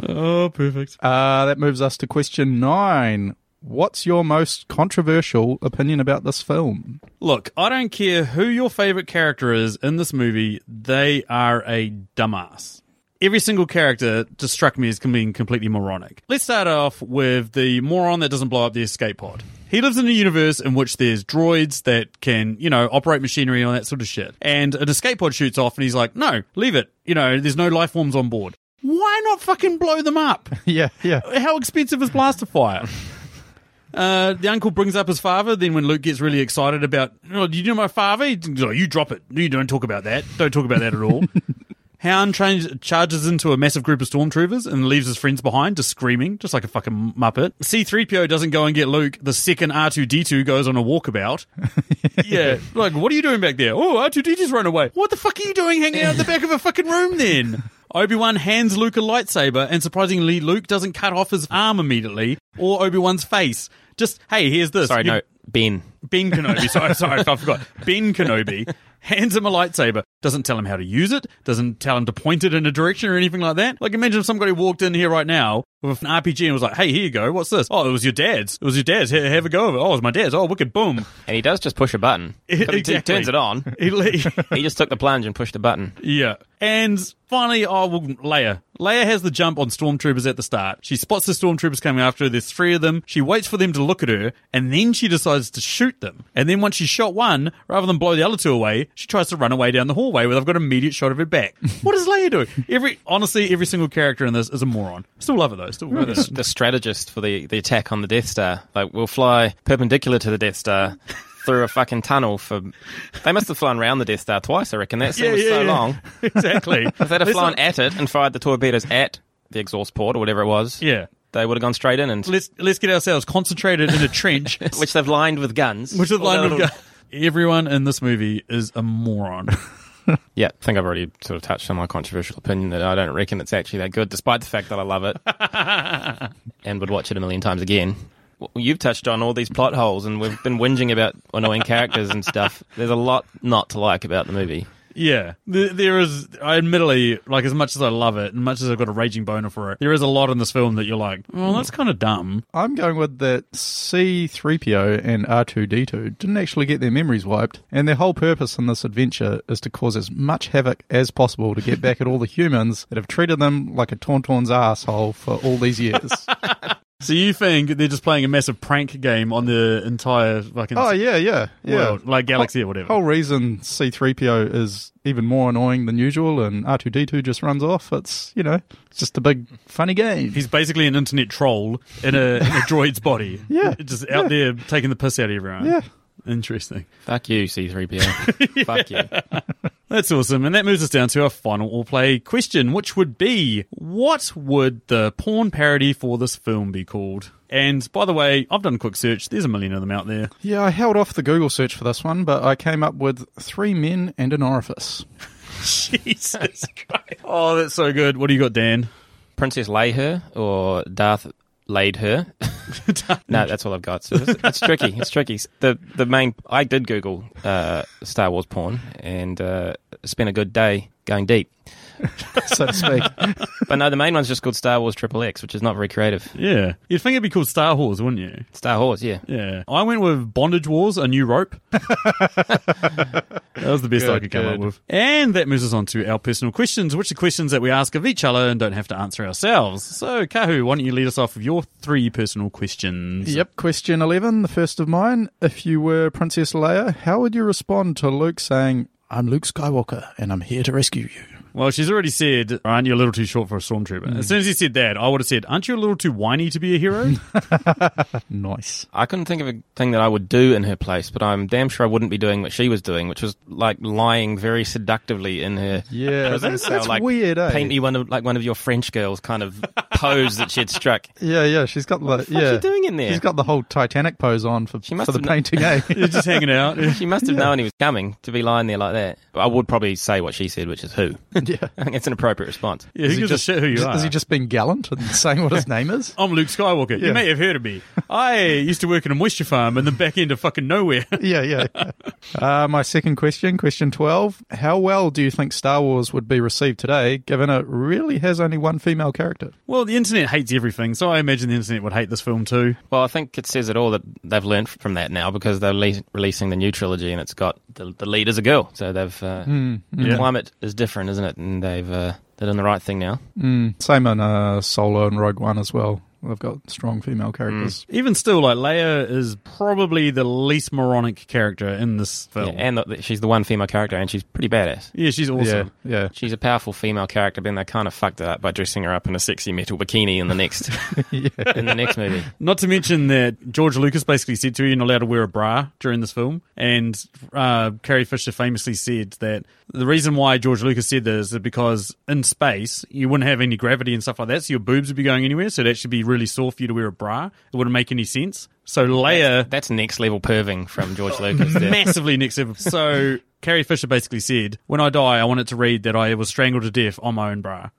Speaker 5: Oh, perfect.
Speaker 6: Uh, that moves us to question nine. What's your most controversial opinion about this film?
Speaker 5: Look, I don't care who your favorite character is in this movie. They are a dumbass. Every single character just struck me as being completely moronic. Let's start off with the moron that doesn't blow up the escape pod. He lives in a universe in which there's droids that can, you know, operate machinery and all that sort of shit. And an escape pod shoots off and he's like, no, leave it. You know, there's no life forms on board. Why not fucking blow them up?
Speaker 6: Yeah, yeah.
Speaker 5: how expensive is blaster fire? Uh, the uncle brings up his father. Then when Luke gets really excited about, oh, do you know my father? He- he's like, you drop it. You don't talk about that. Don't talk about that at all. Hound tra- charges into a massive group of stormtroopers and leaves his friends behind, just screaming, just like a fucking muppet. C-3PO doesn't go and get Luke. The second R2-D2 goes on a walkabout. yeah, like, what are you doing back there? Oh, R2-D2's run away. What the fuck are you doing hanging out the back of a fucking room then? Obi Wan hands Luke a lightsaber, and surprisingly, Luke doesn't cut off his arm immediately or Obi Wan's face. Just hey, here's this.
Speaker 7: Sorry,
Speaker 5: You-
Speaker 7: no, Ben.
Speaker 5: Ben Kenobi. Sorry, sorry, I forgot. Ben Kenobi hands him a lightsaber. Doesn't tell him how to use it. Doesn't tell him to point it in a direction or anything like that. Like imagine if somebody walked in here right now with an RPG and was like, "Hey, here you go. What's this? Oh, it was your dad's. It was your dad's. Here, have a go of it. Oh, it was my dad's. Oh, wicked. Boom.
Speaker 7: And he does just push a button. He
Speaker 5: Exactly.
Speaker 7: turns it on.
Speaker 5: He le-
Speaker 7: He just took the plunge and pushed a button.
Speaker 5: Yeah. And finally, oh, well, Leia. Leia has the jump on stormtroopers at the start. She spots the stormtroopers coming after her. There's three of them. She waits for them to look at her, and then she decides to shoot them. And then once she's shot one, rather than blow the other two away, she tries to run away down the hallway where they've got an immediate shot of her back. what does Leia do? Every honestly, every single character in this is a moron. Still love it though. Still love it.
Speaker 7: The strategist for the, the attack on the Death Star. Like, we'll fly perpendicular to the Death Star through a fucking tunnel for. They must have flown around the Death Star twice, I reckon. That scene
Speaker 5: Yeah,
Speaker 7: was
Speaker 5: yeah,
Speaker 7: so
Speaker 5: yeah.
Speaker 7: long.
Speaker 5: exactly.
Speaker 7: If they'd have
Speaker 5: Let's
Speaker 7: flown
Speaker 5: not-
Speaker 7: at it and fired the torpedoes at the exhaust port or whatever it was,
Speaker 5: yeah.
Speaker 7: they would have gone straight in and.
Speaker 5: Let's let's get ourselves concentrated in a trench.
Speaker 7: Which they've lined with guns.
Speaker 5: which is
Speaker 7: All their
Speaker 5: lined with
Speaker 7: little-
Speaker 5: gu- Everyone in this movie is a moron.
Speaker 7: Yeah, I think I've already sort of touched on my controversial opinion that I don't reckon it's actually that good, despite the fact that I love it and would watch it a million times again. Well, You've touched on all these plot holes, and we've been whinging about annoying characters and stuff. There's a lot not to like about the movie.
Speaker 5: Yeah, Th- there is. I admittedly like as much as I love it, and much as I've got a raging boner for it. There is a lot in this film that you're like, oh, that's kind of dumb.
Speaker 6: I'm going with that C3PO and R2D2 didn't actually get their memories wiped, and their whole purpose in this adventure is to cause as much havoc as possible to get back at all the humans that have treated them like a Tauntaun's asshole for all these years.
Speaker 5: So you think they're just playing a massive prank game on the entire fucking?
Speaker 6: oh, yeah, yeah, yeah.
Speaker 5: World, like Galaxy
Speaker 6: Whole-
Speaker 5: or whatever.
Speaker 6: Whole reason C3PO is even more annoying than usual and R2D2 just runs off. It's, you know, it's just a big funny game.
Speaker 5: He's basically an internet troll in a, in a droid's body.
Speaker 6: Yeah,
Speaker 5: just out there taking the piss out of everyone.
Speaker 6: Yeah.
Speaker 5: interesting.
Speaker 7: Fuck you, C3PO. Fuck you.
Speaker 5: That's awesome. And that moves us down to our final all play question, which would be what would the porn parody for this film be called? And by the way, I've done a quick search. There's a million of them out there.
Speaker 6: Yeah, I held off the Google search for this one, but I came up with three men and an orifice.
Speaker 5: Jesus Christ. Oh, that's so good. What do you got, Dan?
Speaker 7: Princess Lay Her or Darth Laid Her. no, that's all I've got. So it's, it's tricky. It's tricky. The the main I did Google uh, Star Wars porn and uh, spent a good day going deep.
Speaker 6: so to speak.
Speaker 7: But no, the main one's just called Star Wars Triple X, which is not very creative.
Speaker 5: Yeah. You'd think it'd be called Star Wars, wouldn't you?
Speaker 7: Star Wars, yeah.
Speaker 5: Yeah. I went with Bondage Wars, A New Rope. that was the best I could come up
Speaker 6: good.
Speaker 5: with. And that moves us on to our personal questions, which are questions that we ask of each other and don't have to answer ourselves. So, Kahu, why don't you lead us off with your three personal questions?
Speaker 6: Yep. Question 11, the first of mine. If you were Princess Leia, how would you respond to Luke saying, I'm Luke Skywalker and I'm here to rescue you?
Speaker 5: Well, she's already said, aren't you a little too short for a stormtrooper?
Speaker 6: Mm.
Speaker 5: As soon as he said that, I would have said, aren't you a little too whiny to be a hero?
Speaker 6: Nice.
Speaker 7: I couldn't think of a thing that I would do in her place, but I'm damn sure I wouldn't be doing what she was doing, which was like lying very seductively in her
Speaker 6: Yeah,
Speaker 7: prison
Speaker 6: that's,
Speaker 7: cell,
Speaker 6: that's
Speaker 7: like
Speaker 6: weird, eh?
Speaker 7: paint me one of like one of your French girls kind of pose that she had struck.
Speaker 6: Yeah, yeah, she's got the.
Speaker 7: the fuck's
Speaker 6: yeah.
Speaker 7: she doing in there?
Speaker 6: She's got the whole Titanic pose on for,
Speaker 7: She must
Speaker 6: for the
Speaker 7: have kn-
Speaker 6: painting, eh?
Speaker 5: You're just hanging out.
Speaker 7: She must have known he was coming to be lying there like that. I would probably say what she said, which is who.
Speaker 6: yeah.
Speaker 7: I think it's an appropriate response.
Speaker 5: Yeah, who
Speaker 6: he
Speaker 5: gives a shit who you
Speaker 6: is,
Speaker 5: are?
Speaker 6: Is he just being gallant and saying what his name is?
Speaker 5: I'm Luke Skywalker. You
Speaker 6: Yeah.
Speaker 5: may have heard of me. I used to work in a moisture farm in the back end of fucking nowhere.
Speaker 6: yeah, yeah. Uh, my second question, question 12. How well do you think Star Wars would be received today, given it really has only one female character?
Speaker 5: Well, the internet hates everything, so I imagine the internet would hate this film too.
Speaker 7: Well, I think it says it all that they've learned from that now because they're le- releasing the new trilogy and it's got the, the lead is a girl. So they've. Uh, The
Speaker 5: Yeah.
Speaker 7: climate is different, isn't it? And they've. Uh, they're doing the right thing now.
Speaker 6: Same in uh, Solo and Rogue One as well. They've got strong
Speaker 7: Mm.
Speaker 6: female characters.
Speaker 5: Even still, like Leia is probably the least moronic character in this
Speaker 7: Yeah,
Speaker 5: film. Yeah,
Speaker 7: and the, she's the one female character, and she's pretty badass.
Speaker 5: she's awesome.
Speaker 6: Yeah, yeah.
Speaker 7: She's a powerful female character, but then they kind of fucked it up by dressing her up in a sexy metal bikini in the next in the next movie.
Speaker 5: Not to mention that George Lucas basically said to her, "You're not allowed to wear a bra during this film," and uh, Carrie Fisher famously said that the reason why George Lucas said this is because in space you wouldn't have any gravity and stuff like that, so your boobs would be going anywhere, so that should be really sore for you to wear a bra. It wouldn't make any sense. So Leia Oh,
Speaker 7: That's next level perving from George Lucas. there.
Speaker 5: massively next level. So Carrie Fisher basically said, "When I die, I want it to read that I was strangled to death on my own bra."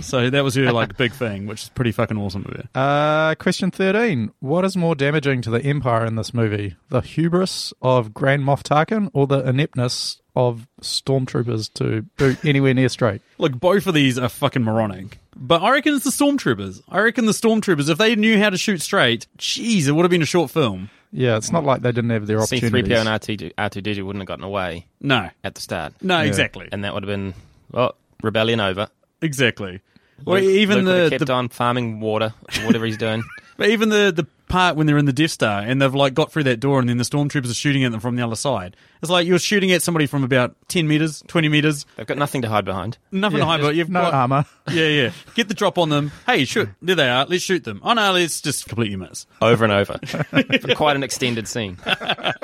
Speaker 5: so that was her like big thing, which is pretty fucking awesome of her.
Speaker 6: Uh, question 13. What is more damaging to the Empire in this movie? The hubris of Grand Moff Tarkin or the ineptness of stormtroopers to boot anywhere near straight?
Speaker 5: Look, both of these are fucking moronic. But I reckon it's the stormtroopers. I reckon the stormtroopers, if they knew how to shoot straight, jeez, it would have been a short film.
Speaker 6: Yeah, it's not like they didn't have their opportunities.
Speaker 7: C3PO and R2D2 R2D2 wouldn't have gotten away
Speaker 5: No,
Speaker 7: at the start.
Speaker 5: no, exactly,
Speaker 7: And that would have been, well, rebellion over.
Speaker 5: exactly. Well,
Speaker 7: Luke-
Speaker 5: even
Speaker 7: Luke would have
Speaker 5: the,
Speaker 7: kept
Speaker 5: the
Speaker 7: on farming water, whatever he's doing.
Speaker 5: but even the the part when they're in the Death Star and they've like got through that door and then the stormtroopers are shooting at them from the other side. It's like you're shooting at somebody from about ten meters, twenty meters,
Speaker 7: They've got nothing to hide behind.
Speaker 5: nothing
Speaker 6: Yeah,
Speaker 5: to hide. But
Speaker 6: there's
Speaker 5: you've
Speaker 6: no
Speaker 5: got,
Speaker 6: armor.
Speaker 5: yeah, yeah. Get the drop on them. Hey, shoot! There they are. Let's shoot them. Oh no, let's just completely miss.
Speaker 7: Over and over. For quite an extended scene.
Speaker 6: Uh,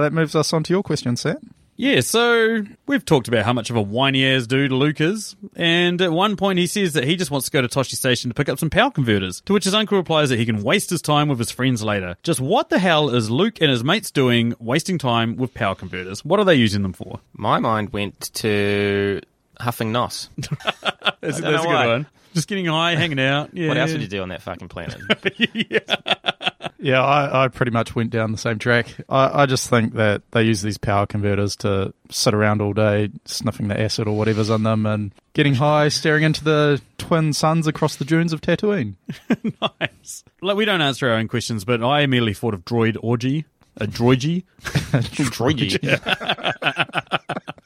Speaker 6: that moves us on to your question, Sam.
Speaker 5: Yeah, so we've talked about how much of a whiny ass dude Luke is, and at one point he says that he just wants to go to Toshi Station to pick up some power converters, to which his uncle replies that he can waste his time with his friends later. Just what the hell is Luke and his mates doing wasting time with power converters? What are they using them for?
Speaker 7: My mind went to huffing nos.
Speaker 5: That's,
Speaker 7: don't know why.
Speaker 5: Just getting high, hanging out. Yeah.
Speaker 7: What else would you do on that fucking planet?
Speaker 6: Yeah, I, I pretty much went down the same track. I, I just think that they use these power converters to sit around all day sniffing the acid or whatever's on them and getting high, staring into the twin suns across the dunes of Tatooine.
Speaker 5: Nice. Like, we don't answer our own questions, but I immediately thought of droid orgy. A droidgy.
Speaker 7: Droidy.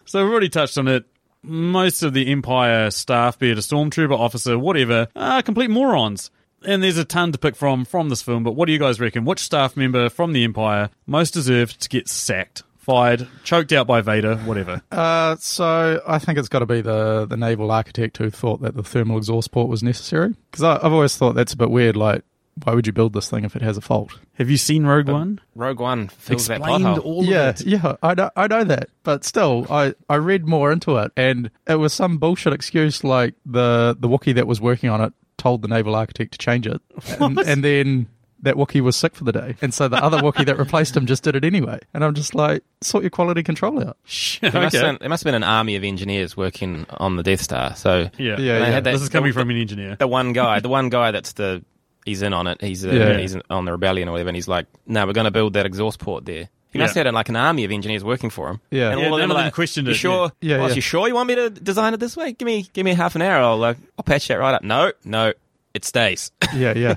Speaker 5: So we've already touched on it. Most of the Empire staff, be it a stormtrooper, officer, whatever, are complete morons. And there's a ton to pick from from this film, but what do you guys reckon? Which staff member from the Empire most deserved to get sacked, fired, choked out by Vader, whatever?
Speaker 6: Uh, so I think it's got to be the, the naval architect who thought that the thermal exhaust port was necessary. Because I've always thought that's a bit weird. Like, why would you build this thing if it has a fault?
Speaker 5: Have you seen
Speaker 6: Uh,
Speaker 5: Rogue One?
Speaker 7: Rogue One fills that
Speaker 5: Explained
Speaker 7: pothole.
Speaker 5: all of
Speaker 6: yeah,
Speaker 5: it.
Speaker 6: yeah, I know, I know that, but still, I, I read more into it, and it was some bullshit excuse like the the Wookiee that was working on it told the naval architect to change it, and, and then that Wookiee was sick for the day, and so the other Wookiee that replaced him just did it anyway, and I'm just like, sort your quality control out.
Speaker 7: There, must
Speaker 5: Okay.
Speaker 7: have been, there must have been an army of engineers working on the Death Star. So
Speaker 5: Yeah.
Speaker 6: Yeah, yeah.
Speaker 7: had that-
Speaker 5: This is coming from an engineer.
Speaker 7: the one guy, the one guy that's the he's in on it. He's uh
Speaker 6: Yeah.
Speaker 7: he's on the rebellion or whatever, and he's like, "No, we're going to build that exhaust port there." He must
Speaker 5: Yeah.
Speaker 7: have had like an army of engineers working for him.
Speaker 6: Yeah.
Speaker 7: and
Speaker 6: Yeah,
Speaker 5: none of
Speaker 7: are
Speaker 5: them
Speaker 7: like,
Speaker 5: questioned
Speaker 7: you
Speaker 5: it,
Speaker 7: Sure,
Speaker 6: yeah. Yeah,
Speaker 7: Boss,
Speaker 6: yeah.
Speaker 7: you sure you want me to design it this way? Give me give me half an hour. I'll uh, I'll patch that right up. No, no, it stays.
Speaker 6: Yeah, yeah.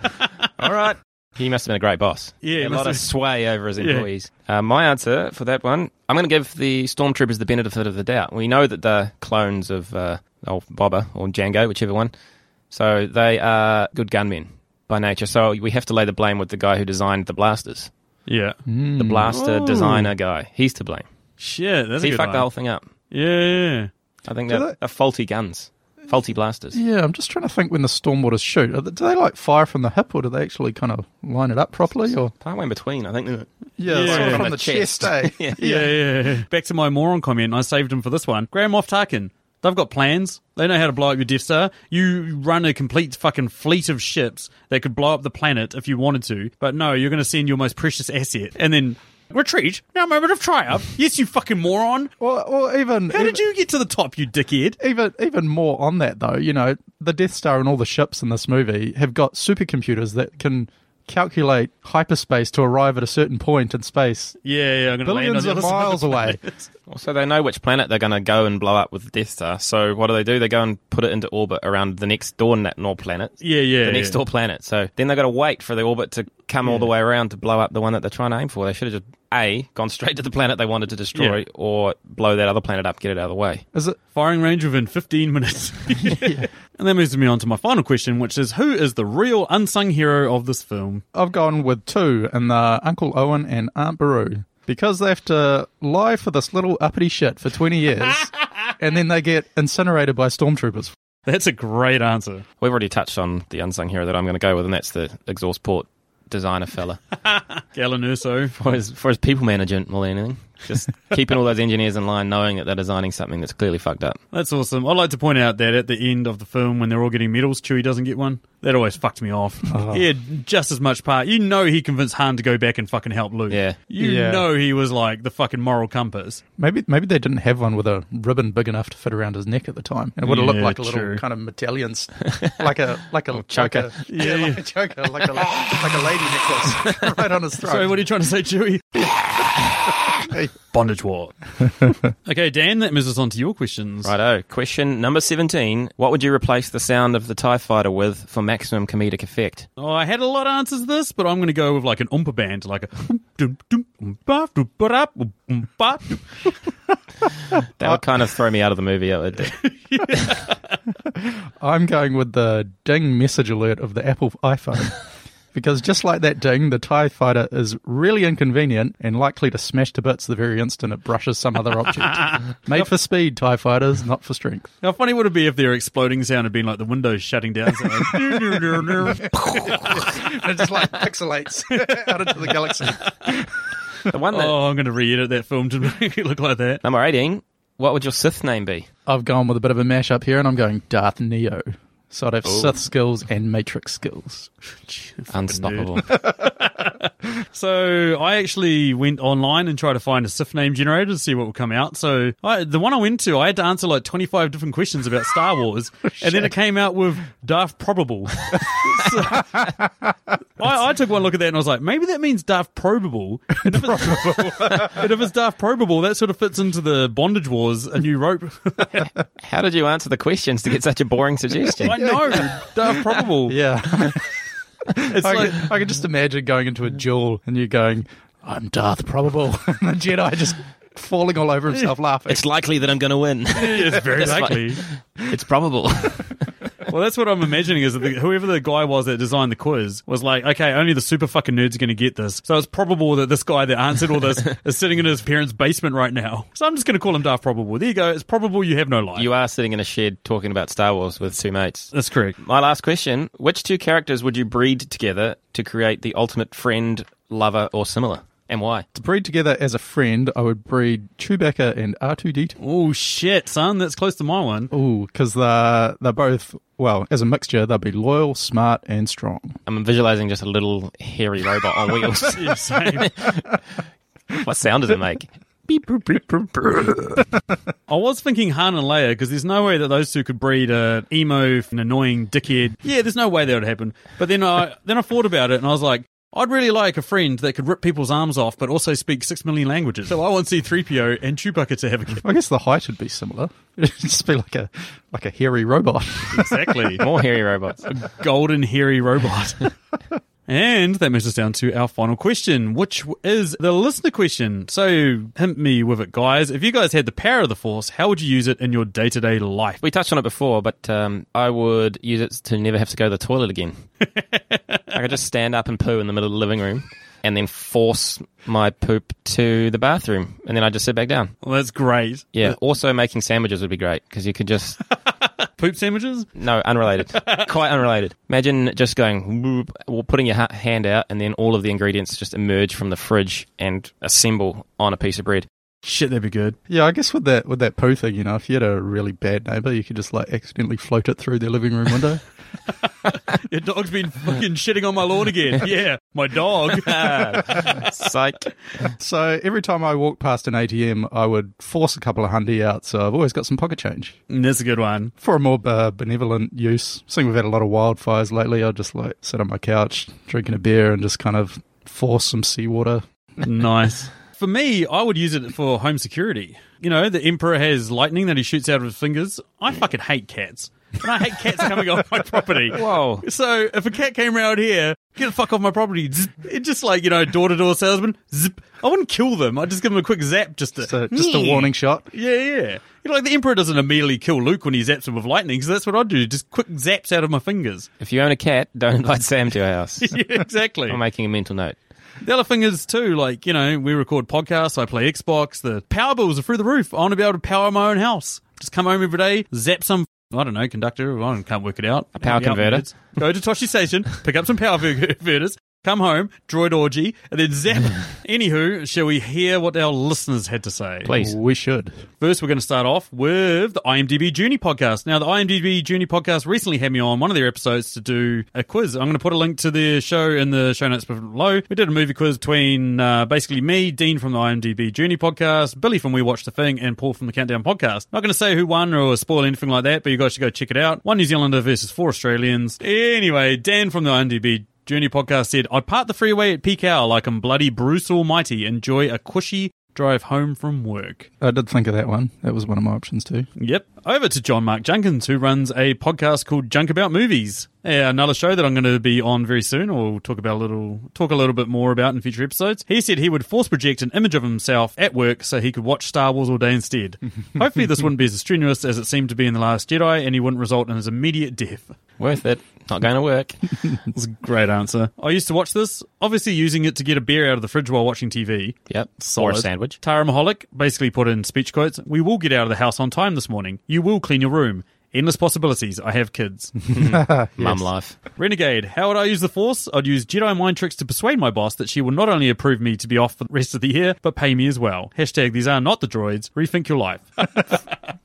Speaker 7: All right. He must have been a great boss.
Speaker 5: Yeah, he
Speaker 7: a
Speaker 5: must
Speaker 7: lot of
Speaker 5: have-
Speaker 7: sway over his employees. Uh, my answer for that one, I'm going to give the stormtroopers the benefit of the doubt. We know that they're clones of uh, old Boba or Django, whichever one. So they are good gunmen by nature. So we have to lay the blame with the guy who designed the blasters,
Speaker 5: Yeah.
Speaker 7: the blaster
Speaker 5: Ooh.
Speaker 7: designer guy. He's to blame.
Speaker 5: Shit, Hmm. Oh. that's a
Speaker 7: He
Speaker 5: good
Speaker 7: fucked the
Speaker 5: one.
Speaker 7: whole thing up.
Speaker 5: Yeah, yeah.
Speaker 7: I think
Speaker 6: Do
Speaker 7: they're,
Speaker 6: they-
Speaker 7: they're faulty guns, faulty blasters.
Speaker 6: Yeah, I'm just trying to think when the stormwaters shoot. Are they, do they like fire from the hip, or do they actually kind of line it up properly? Or
Speaker 7: Partway in between, I think. they're-
Speaker 6: yeah,
Speaker 5: Yeah.
Speaker 6: sort of
Speaker 5: From
Speaker 6: from
Speaker 7: the
Speaker 6: the
Speaker 7: chest.
Speaker 6: chest, eh?
Speaker 7: Yeah.
Speaker 5: Yeah, yeah, yeah. Back to my moron comment. I saved him for this one. Graham Moff Tarkin. They've got plans. They know how to blow up your Death Star. You run a complete fucking fleet of ships that could blow up the planet if you wanted to. But no, you're going to send your most precious asset and then retreat. Now, moment of triumph. Yes, you fucking moron.
Speaker 6: Or, or even
Speaker 5: How
Speaker 6: even,
Speaker 5: did you get to the top, you dickhead?
Speaker 6: even even more on that though, you know, the Death Star and all the ships in this movie have got supercomputers that can calculate hyperspace to arrive at a certain point in space
Speaker 5: Yeah, yeah. I'm going to land on
Speaker 6: billions
Speaker 5: the
Speaker 6: of
Speaker 5: other side
Speaker 6: miles
Speaker 5: the
Speaker 6: away.
Speaker 5: planet.
Speaker 7: Also, they know which planet they're going to go and blow up with the Death Star. So, what do they do? They go and put it into orbit around the next door na- nor planet.
Speaker 5: Yeah, yeah.
Speaker 7: The
Speaker 5: yeah.
Speaker 7: next door planet. So then they've got to wait for the orbit to come all the way around to blow up the one that they're trying to aim for. They should have just a gone straight to the planet they wanted to destroy,
Speaker 5: Yeah.
Speaker 7: or blow that other planet up, get it out of the way.
Speaker 6: Is it
Speaker 5: Firing range within 15 minutes. And that moves me on to my final question, which is who is the real unsung hero of this film?
Speaker 6: I've gone with two and the Uncle Owen and Aunt Beru. Because they have to lie for this little uppity shit for twenty years and then they get incinerated by stormtroopers.
Speaker 5: That's a great answer.
Speaker 7: We've already touched on the unsung hero that I'm going to go with, and that's the exhaust port designer fella
Speaker 5: Galen Erso.
Speaker 7: for his for his people management more than anything. Just keeping all those engineers in line, knowing that they're designing something that's clearly fucked up.
Speaker 5: That's awesome. I'd like to point out that at the end of the film, when they're all getting medals, Chewie doesn't get one. That always fucked me off. He had just as much part. You know, he convinced Han to go back and fucking help Luke.
Speaker 7: Yeah.
Speaker 5: You
Speaker 6: Yeah.
Speaker 5: know, he was like the fucking moral compass.
Speaker 6: Maybe maybe they didn't have one with a ribbon big enough to fit around his neck at the time. And it would have looked
Speaker 5: Yeah,
Speaker 6: like a little
Speaker 5: true.
Speaker 6: kind of medallion, s- like a like a like
Speaker 7: choker.
Speaker 6: a- yeah, like a choker, like a like a lady necklace right on his throat.
Speaker 5: Sorry, what are you trying to say, Chewie? Bondage war. okay, Dan, that moves us on to your questions.
Speaker 7: Righto. Question number 17. What would you replace the sound of the TIE fighter with for maximum comedic effect?
Speaker 5: Oh, I had a lot of answers to this, but I'm going to go with like an umpa band, like a.
Speaker 7: That would kind of throw me out of the movie. It would-
Speaker 6: I'm going with the ding message alert of the Apple iPhone. Because just like that ding, the TIE fighter is really inconvenient and likely to smash to bits the very instant it brushes some other object. Made for speed, TIE fighters, not for strength.
Speaker 5: How funny would it be if their exploding sound had been like the windows shutting down? So like-
Speaker 6: It just like pixelates out into the galaxy.
Speaker 7: the one that,
Speaker 5: oh, I'm going to re edit that film to make it look like that.
Speaker 7: Number 18. What would your Sith name be?
Speaker 6: I've gone with a bit of a mash up here and I'm going Darth Neo. So I'd have Sith skills and Matrix skills.
Speaker 7: Unstoppable.
Speaker 5: So I actually went online and tried to find a SIF name generator to see what would come out. So I, the one I went to, I had to answer like 25 different questions about Star Wars, and then it came out with Daft Probable. So- I, I took one look at that and I was like, maybe that means Daft Probable. And if, it's, and if it's Daft Probable, that sort of fits into the Bondage Wars, a new rope.
Speaker 7: How did you answer the questions to get such a boring suggestion?
Speaker 5: I know, Daft Probable.
Speaker 6: Yeah.
Speaker 5: It's
Speaker 6: I,
Speaker 5: like,
Speaker 6: can, I can just imagine going into a duel and you going, I'm Darth Probable. and the Jedi just falling all over himself laughing.
Speaker 7: It's likely that I'm going to win.
Speaker 5: it's very
Speaker 7: It's like-
Speaker 5: likely.
Speaker 7: it's probable.
Speaker 5: Well, that's what I'm imagining is that the, whoever the guy was that designed the quiz was like, okay, only the super fucking nerds are going to get this. So it's probable that this guy that answered all this is sitting in his parents' basement right now. So I'm just going to call him Daft Probable. There you go. It's probable you have no life.
Speaker 7: You are sitting in a shed talking about Star Wars with two mates.
Speaker 5: that's correct.
Speaker 7: My last question Which two characters would you breed together to create the ultimate friend, lover, or similar? And why?
Speaker 6: to breed together as a friend, I would breed Chewbacca and R2D2.
Speaker 5: Oh, shit, son. That's close to my one.
Speaker 6: Ooh, because they're, they're both, well, as a mixture, they'll be loyal, smart, and strong.
Speaker 7: I'm visualizing just a little hairy robot on wheels.
Speaker 5: Yeah, same.
Speaker 7: what sound does it make?
Speaker 5: I was thinking Han and Leia because there's no way that those two could breed a emo, an annoying dickhead. Yeah, there's no way that would happen. But then I then I thought about it and I was like, I'd really like a friend that could rip people's arms off, but also speak six million languages. So I want C-3PO and Chewbacca to have a kid.
Speaker 6: I guess the height would be similar. It'd just be like a like a hairy robot.
Speaker 5: Exactly,
Speaker 7: More hairy robots.
Speaker 5: golden hairy robot. And that moves us down to our final question, which is the listener question. So, hint me with it, guys. If you guys had the power of the Force, how would you use it in your day to day life?
Speaker 7: We touched on it before, but um, I would use it to never have to go to the toilet again. I could just stand up and poo in the middle of the living room and then force my poop to the bathroom and then I just sit back down.
Speaker 5: Well, that's great.
Speaker 7: Yeah. Also, making sandwiches would be great because you could just
Speaker 5: Poop sandwiches?
Speaker 7: no unrelated, quite unrelated. Imagine just going, whoop, or putting your ha- hand out, and then all of the ingredients just emerge from the fridge and assemble on a piece of bread.
Speaker 5: Shit, that'd be good.
Speaker 6: yeah, I guess with that with that poo thing, you know, if you had a really bad neighbour, you could just like accidentally float it through their living room window.
Speaker 5: Your dog's been fucking shitting on my lawn again. Yeah, my dog.
Speaker 7: Psych.
Speaker 6: so every time I walk past an ATM, I would force a couple of hundy out, so I've always got some pocket change
Speaker 5: That's a good one.
Speaker 6: for a more uh, benevolent use. Seeing we've had a lot of wildfires lately, I'll just like sit on my couch drinking a beer and just kind of force some seawater.
Speaker 5: Nice. For me, I would use it for home security. You know, the Emperor has lightning that he shoots out of his fingers. I fucking hate cats. And I hate cats coming off my property.
Speaker 7: Whoa.
Speaker 5: So if a cat came around here, get the fuck off my property. Zip. It just like, you know, door to door salesman. Zip. I wouldn't kill them. I'd just give them a quick zap just to.
Speaker 6: So just a warning shot.
Speaker 5: Yeah, yeah. You know, like the Emperor doesn't immediately kill Luke when he zaps him with lightning, so that's what I'd do. Just quick zaps out of my fingers.
Speaker 7: If you own a cat, don't invite Sam to your house.
Speaker 5: yeah, exactly.
Speaker 7: I'm making a mental note.
Speaker 5: The other thing is too, like you know, we record podcasts. I play Xbox. The power bills are through the roof. I want to be able to power my own house. Just come home every day, zap some. I don't know, conductor. I don't- can't work it out. A
Speaker 7: power converter.
Speaker 5: Go to Toshi Station, pick up some power converters, Come home, droid orgy, and then zap. Anywho, shall we hear what our listeners had to say?
Speaker 7: Please.
Speaker 6: We should.
Speaker 5: First, we're going to start off with the IMDb Juni podcast. Now, the IMDb Juni podcast recently had me on one of their episodes to do a quiz. I'm going to put a link to their show in the show notes below. We did a movie quiz between uh, basically me, Dean from the IMDb Juni podcast, Billy from We Watch the Thing, and Paul from the Countdown podcast. Not going to say who won or spoil anything like that, but you guys should go check it out. One New Zealander versus four Australians. Anyway, Dan from the IMDb Journey podcast said, I'd part the freeway at peak hour like I'm bloody Bruce Almighty. Enjoy a cushy drive home from work.
Speaker 6: I did think of that one. That was one of my options too.
Speaker 5: Yep. Over to John Mark Jenkins, who runs a podcast called Junk About Movies. Yeah, another show that I'm going to be on very soon, or we'll talk about a little, talk a little bit more about in future episodes. He said he would force project an image of himself at work so he could watch Star Wars all day instead. Hopefully, this wouldn't be as strenuous as it seemed to be in the Last Jedi, and he wouldn't result in his immediate death.
Speaker 7: Worth it. Not going to work.
Speaker 5: That's a great answer. I used to watch this, obviously using it to get a beer out of the fridge while watching TV.
Speaker 7: Yep. Or
Speaker 5: Solid.
Speaker 7: a sandwich.
Speaker 5: Tara Maholic basically put in speech quotes We will get out of the house on time this morning. You will clean your room. Endless possibilities. I have kids.
Speaker 7: Mum life.
Speaker 5: Renegade, how would I use the Force? I'd use Jedi mind tricks to persuade my boss that she will not only approve me to be off for the rest of the year, but pay me as well. Hashtag these are not the droids. Rethink your life.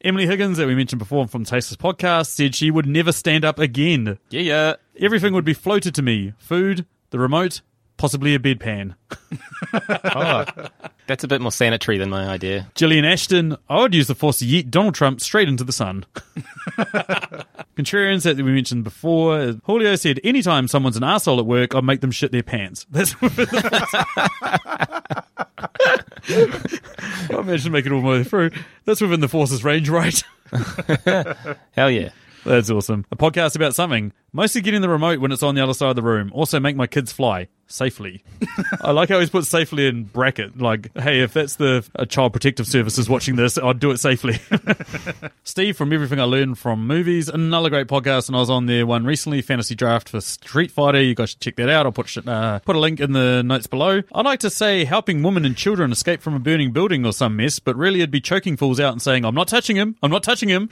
Speaker 5: Emily Higgins, that we mentioned before from Tasteless Podcast, said she would never stand up again.
Speaker 7: Yeah, yeah.
Speaker 5: Everything would be floated to me food, the remote, possibly a bedpan.
Speaker 7: That's a bit more sanitary than my idea.
Speaker 5: Gillian Ashton, I would use the force to yeet Donald Trump straight into the sun. Contrarians that we mentioned before. uh, Julio said, anytime someone's an asshole at work, I'd make them shit their pants. That's I managed to make it all the way through. That's within the force's range, right?
Speaker 7: Hell yeah.
Speaker 5: That's awesome. A podcast about something. Mostly getting the remote when it's on the other side of the room. Also make my kids fly safely. I like how he's put safely in bracket. Like, hey, if that's the uh, child protective services watching this, I'd do it safely. Steve from Everything I Learned from Movies, another great podcast, and I was on there one recently, Fantasy Draft for Street Fighter. You guys should check that out. I'll put sh- uh, put a link in the notes below. I'd like to say helping women and children escape from a burning building or some mess, but really it'd be choking fools out and saying, "I'm not touching him. I'm not touching him."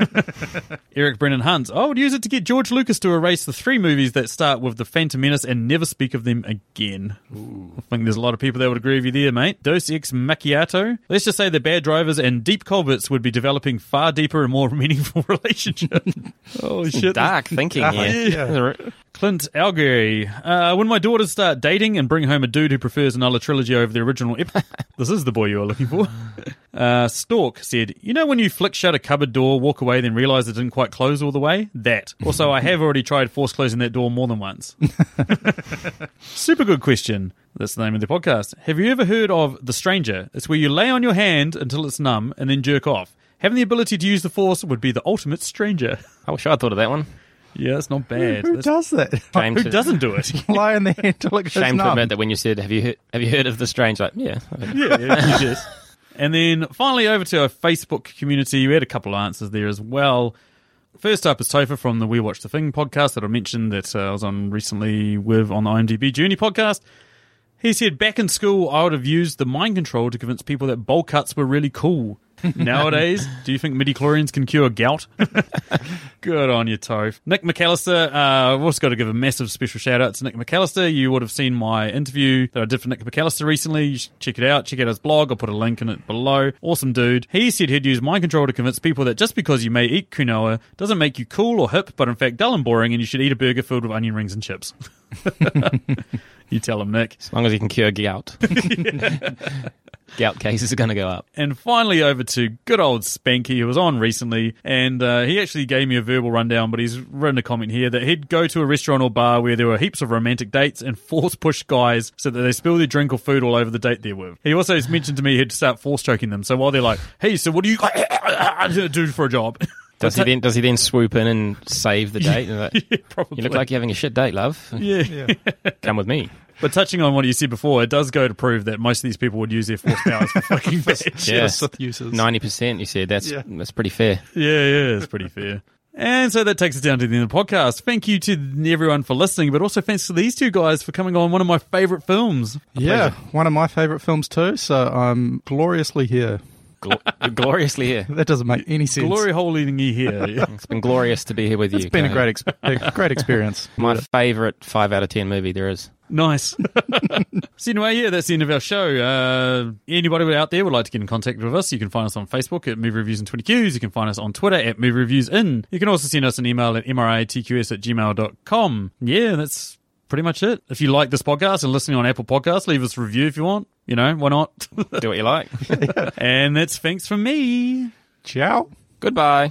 Speaker 5: Eric Brennan Hunt. I would use it to get George Lucas to erase the three movies that start with The Phantom Menace and never speak of them again. I think there's a lot of people that would agree with you there, mate. Dos Ex Macchiato. Let's just say the bad drivers and deep culverts would be developing far deeper and more meaningful relationship. oh, shit.
Speaker 7: Dark thinking here.
Speaker 5: Clint Algery. Uh, when my daughters start dating and bring home a dude who prefers another trilogy over the original ep- this is the boy you are looking for. Uh, Stork said, You know when you flick shut a cupboard door, walk away, then realize it didn't quite close all the way? That. Also, I have already tried force closing that door more than once. Super good question. That's the name of the podcast. Have you ever heard of The Stranger? It's where you lay on your hand until it's numb and then jerk off. Having the ability to use the force would be the ultimate stranger.
Speaker 7: I wish I'd thought of that one.
Speaker 5: Yeah, that's not bad.
Speaker 6: Who
Speaker 5: That's-
Speaker 6: does that?
Speaker 7: Shame
Speaker 5: who
Speaker 7: to-
Speaker 5: doesn't do it?
Speaker 6: Lie in the hand till it goes
Speaker 7: Shame to
Speaker 6: numb.
Speaker 7: admit that when you said, "Have you heard, have you heard of the strange?" Like, yeah,
Speaker 5: yeah, you just- And then finally over to our Facebook community. We had a couple of answers there as well. First up is Topher from the We Watch the Thing podcast that I mentioned that uh, I was on recently with on the IMDb Journey podcast. He said, back in school, I would have used the mind control to convince people that bowl cuts were really cool. Nowadays, do you think midichlorians can cure gout? Good on you, Toph. Nick McAllister, uh, I've also got to give a massive special shout out to Nick McAllister. You would have seen my interview that I did for Nick McAllister recently. You should check it out. Check out his blog. I'll put a link in it below. Awesome dude. He said he'd use mind control to convince people that just because you may eat quinoa doesn't make you cool or hip, but in fact dull and boring, and you should eat a burger filled with onion rings and chips. you tell him, Nick.
Speaker 7: as long as you can cure gout, gout cases are going to go up.
Speaker 5: And finally, over to good old Spanky, who was on recently, and uh, he actually gave me a verbal rundown, but he's written a comment here that he'd go to a restaurant or bar where there were heaps of romantic dates and force push guys so that they spill their drink or food all over the date they're with. He also has mentioned to me he'd start force choking them. So while they're like, "Hey, so what do you do for a job?"
Speaker 7: Does he then? Does he then swoop in and save the date? And like,
Speaker 5: Probably.
Speaker 7: you look like you're having a shit date, love.
Speaker 5: yeah.
Speaker 7: Come with me.
Speaker 5: But touching on what you said before, it does go to prove that most of these people would use their force powers for fucking bad shit.
Speaker 7: Yeah.
Speaker 6: Sith uses.
Speaker 7: Ninety percent. You said that's
Speaker 6: Yeah.
Speaker 7: that's pretty fair.
Speaker 5: Yeah, yeah, it's pretty fair. And so that takes us down to the end of the podcast. Thank you to everyone for listening, but also thanks to these two guys for coming on one of my favorite films.
Speaker 6: Yeah, one of my favourite films too. So I'm gloriously here.
Speaker 7: Gl- you're gloriously here.
Speaker 6: That doesn't make any sense.
Speaker 5: Glory holding ye here.
Speaker 7: It's been glorious to be here with you.
Speaker 6: It's been a
Speaker 7: Cohen.
Speaker 6: great, ex- a great experience.
Speaker 7: My favourite five out of ten movie there is.
Speaker 5: Nice. so anyway, yeah, that's the end of our show. Uh, anybody out there would like to get in contact with us, you can find us on Facebook at Movie Reviews and 20Qs. You can find us on Twitter at Movie Reviews In. You can also send us an email at mritqs at gmail.com. Yeah, that's pretty much it. If you like this podcast and listening on Apple Podcasts, leave us a review if you want. You know, why not?
Speaker 7: Do what you like.
Speaker 5: and that's thanks from me.
Speaker 6: Ciao.
Speaker 7: Goodbye.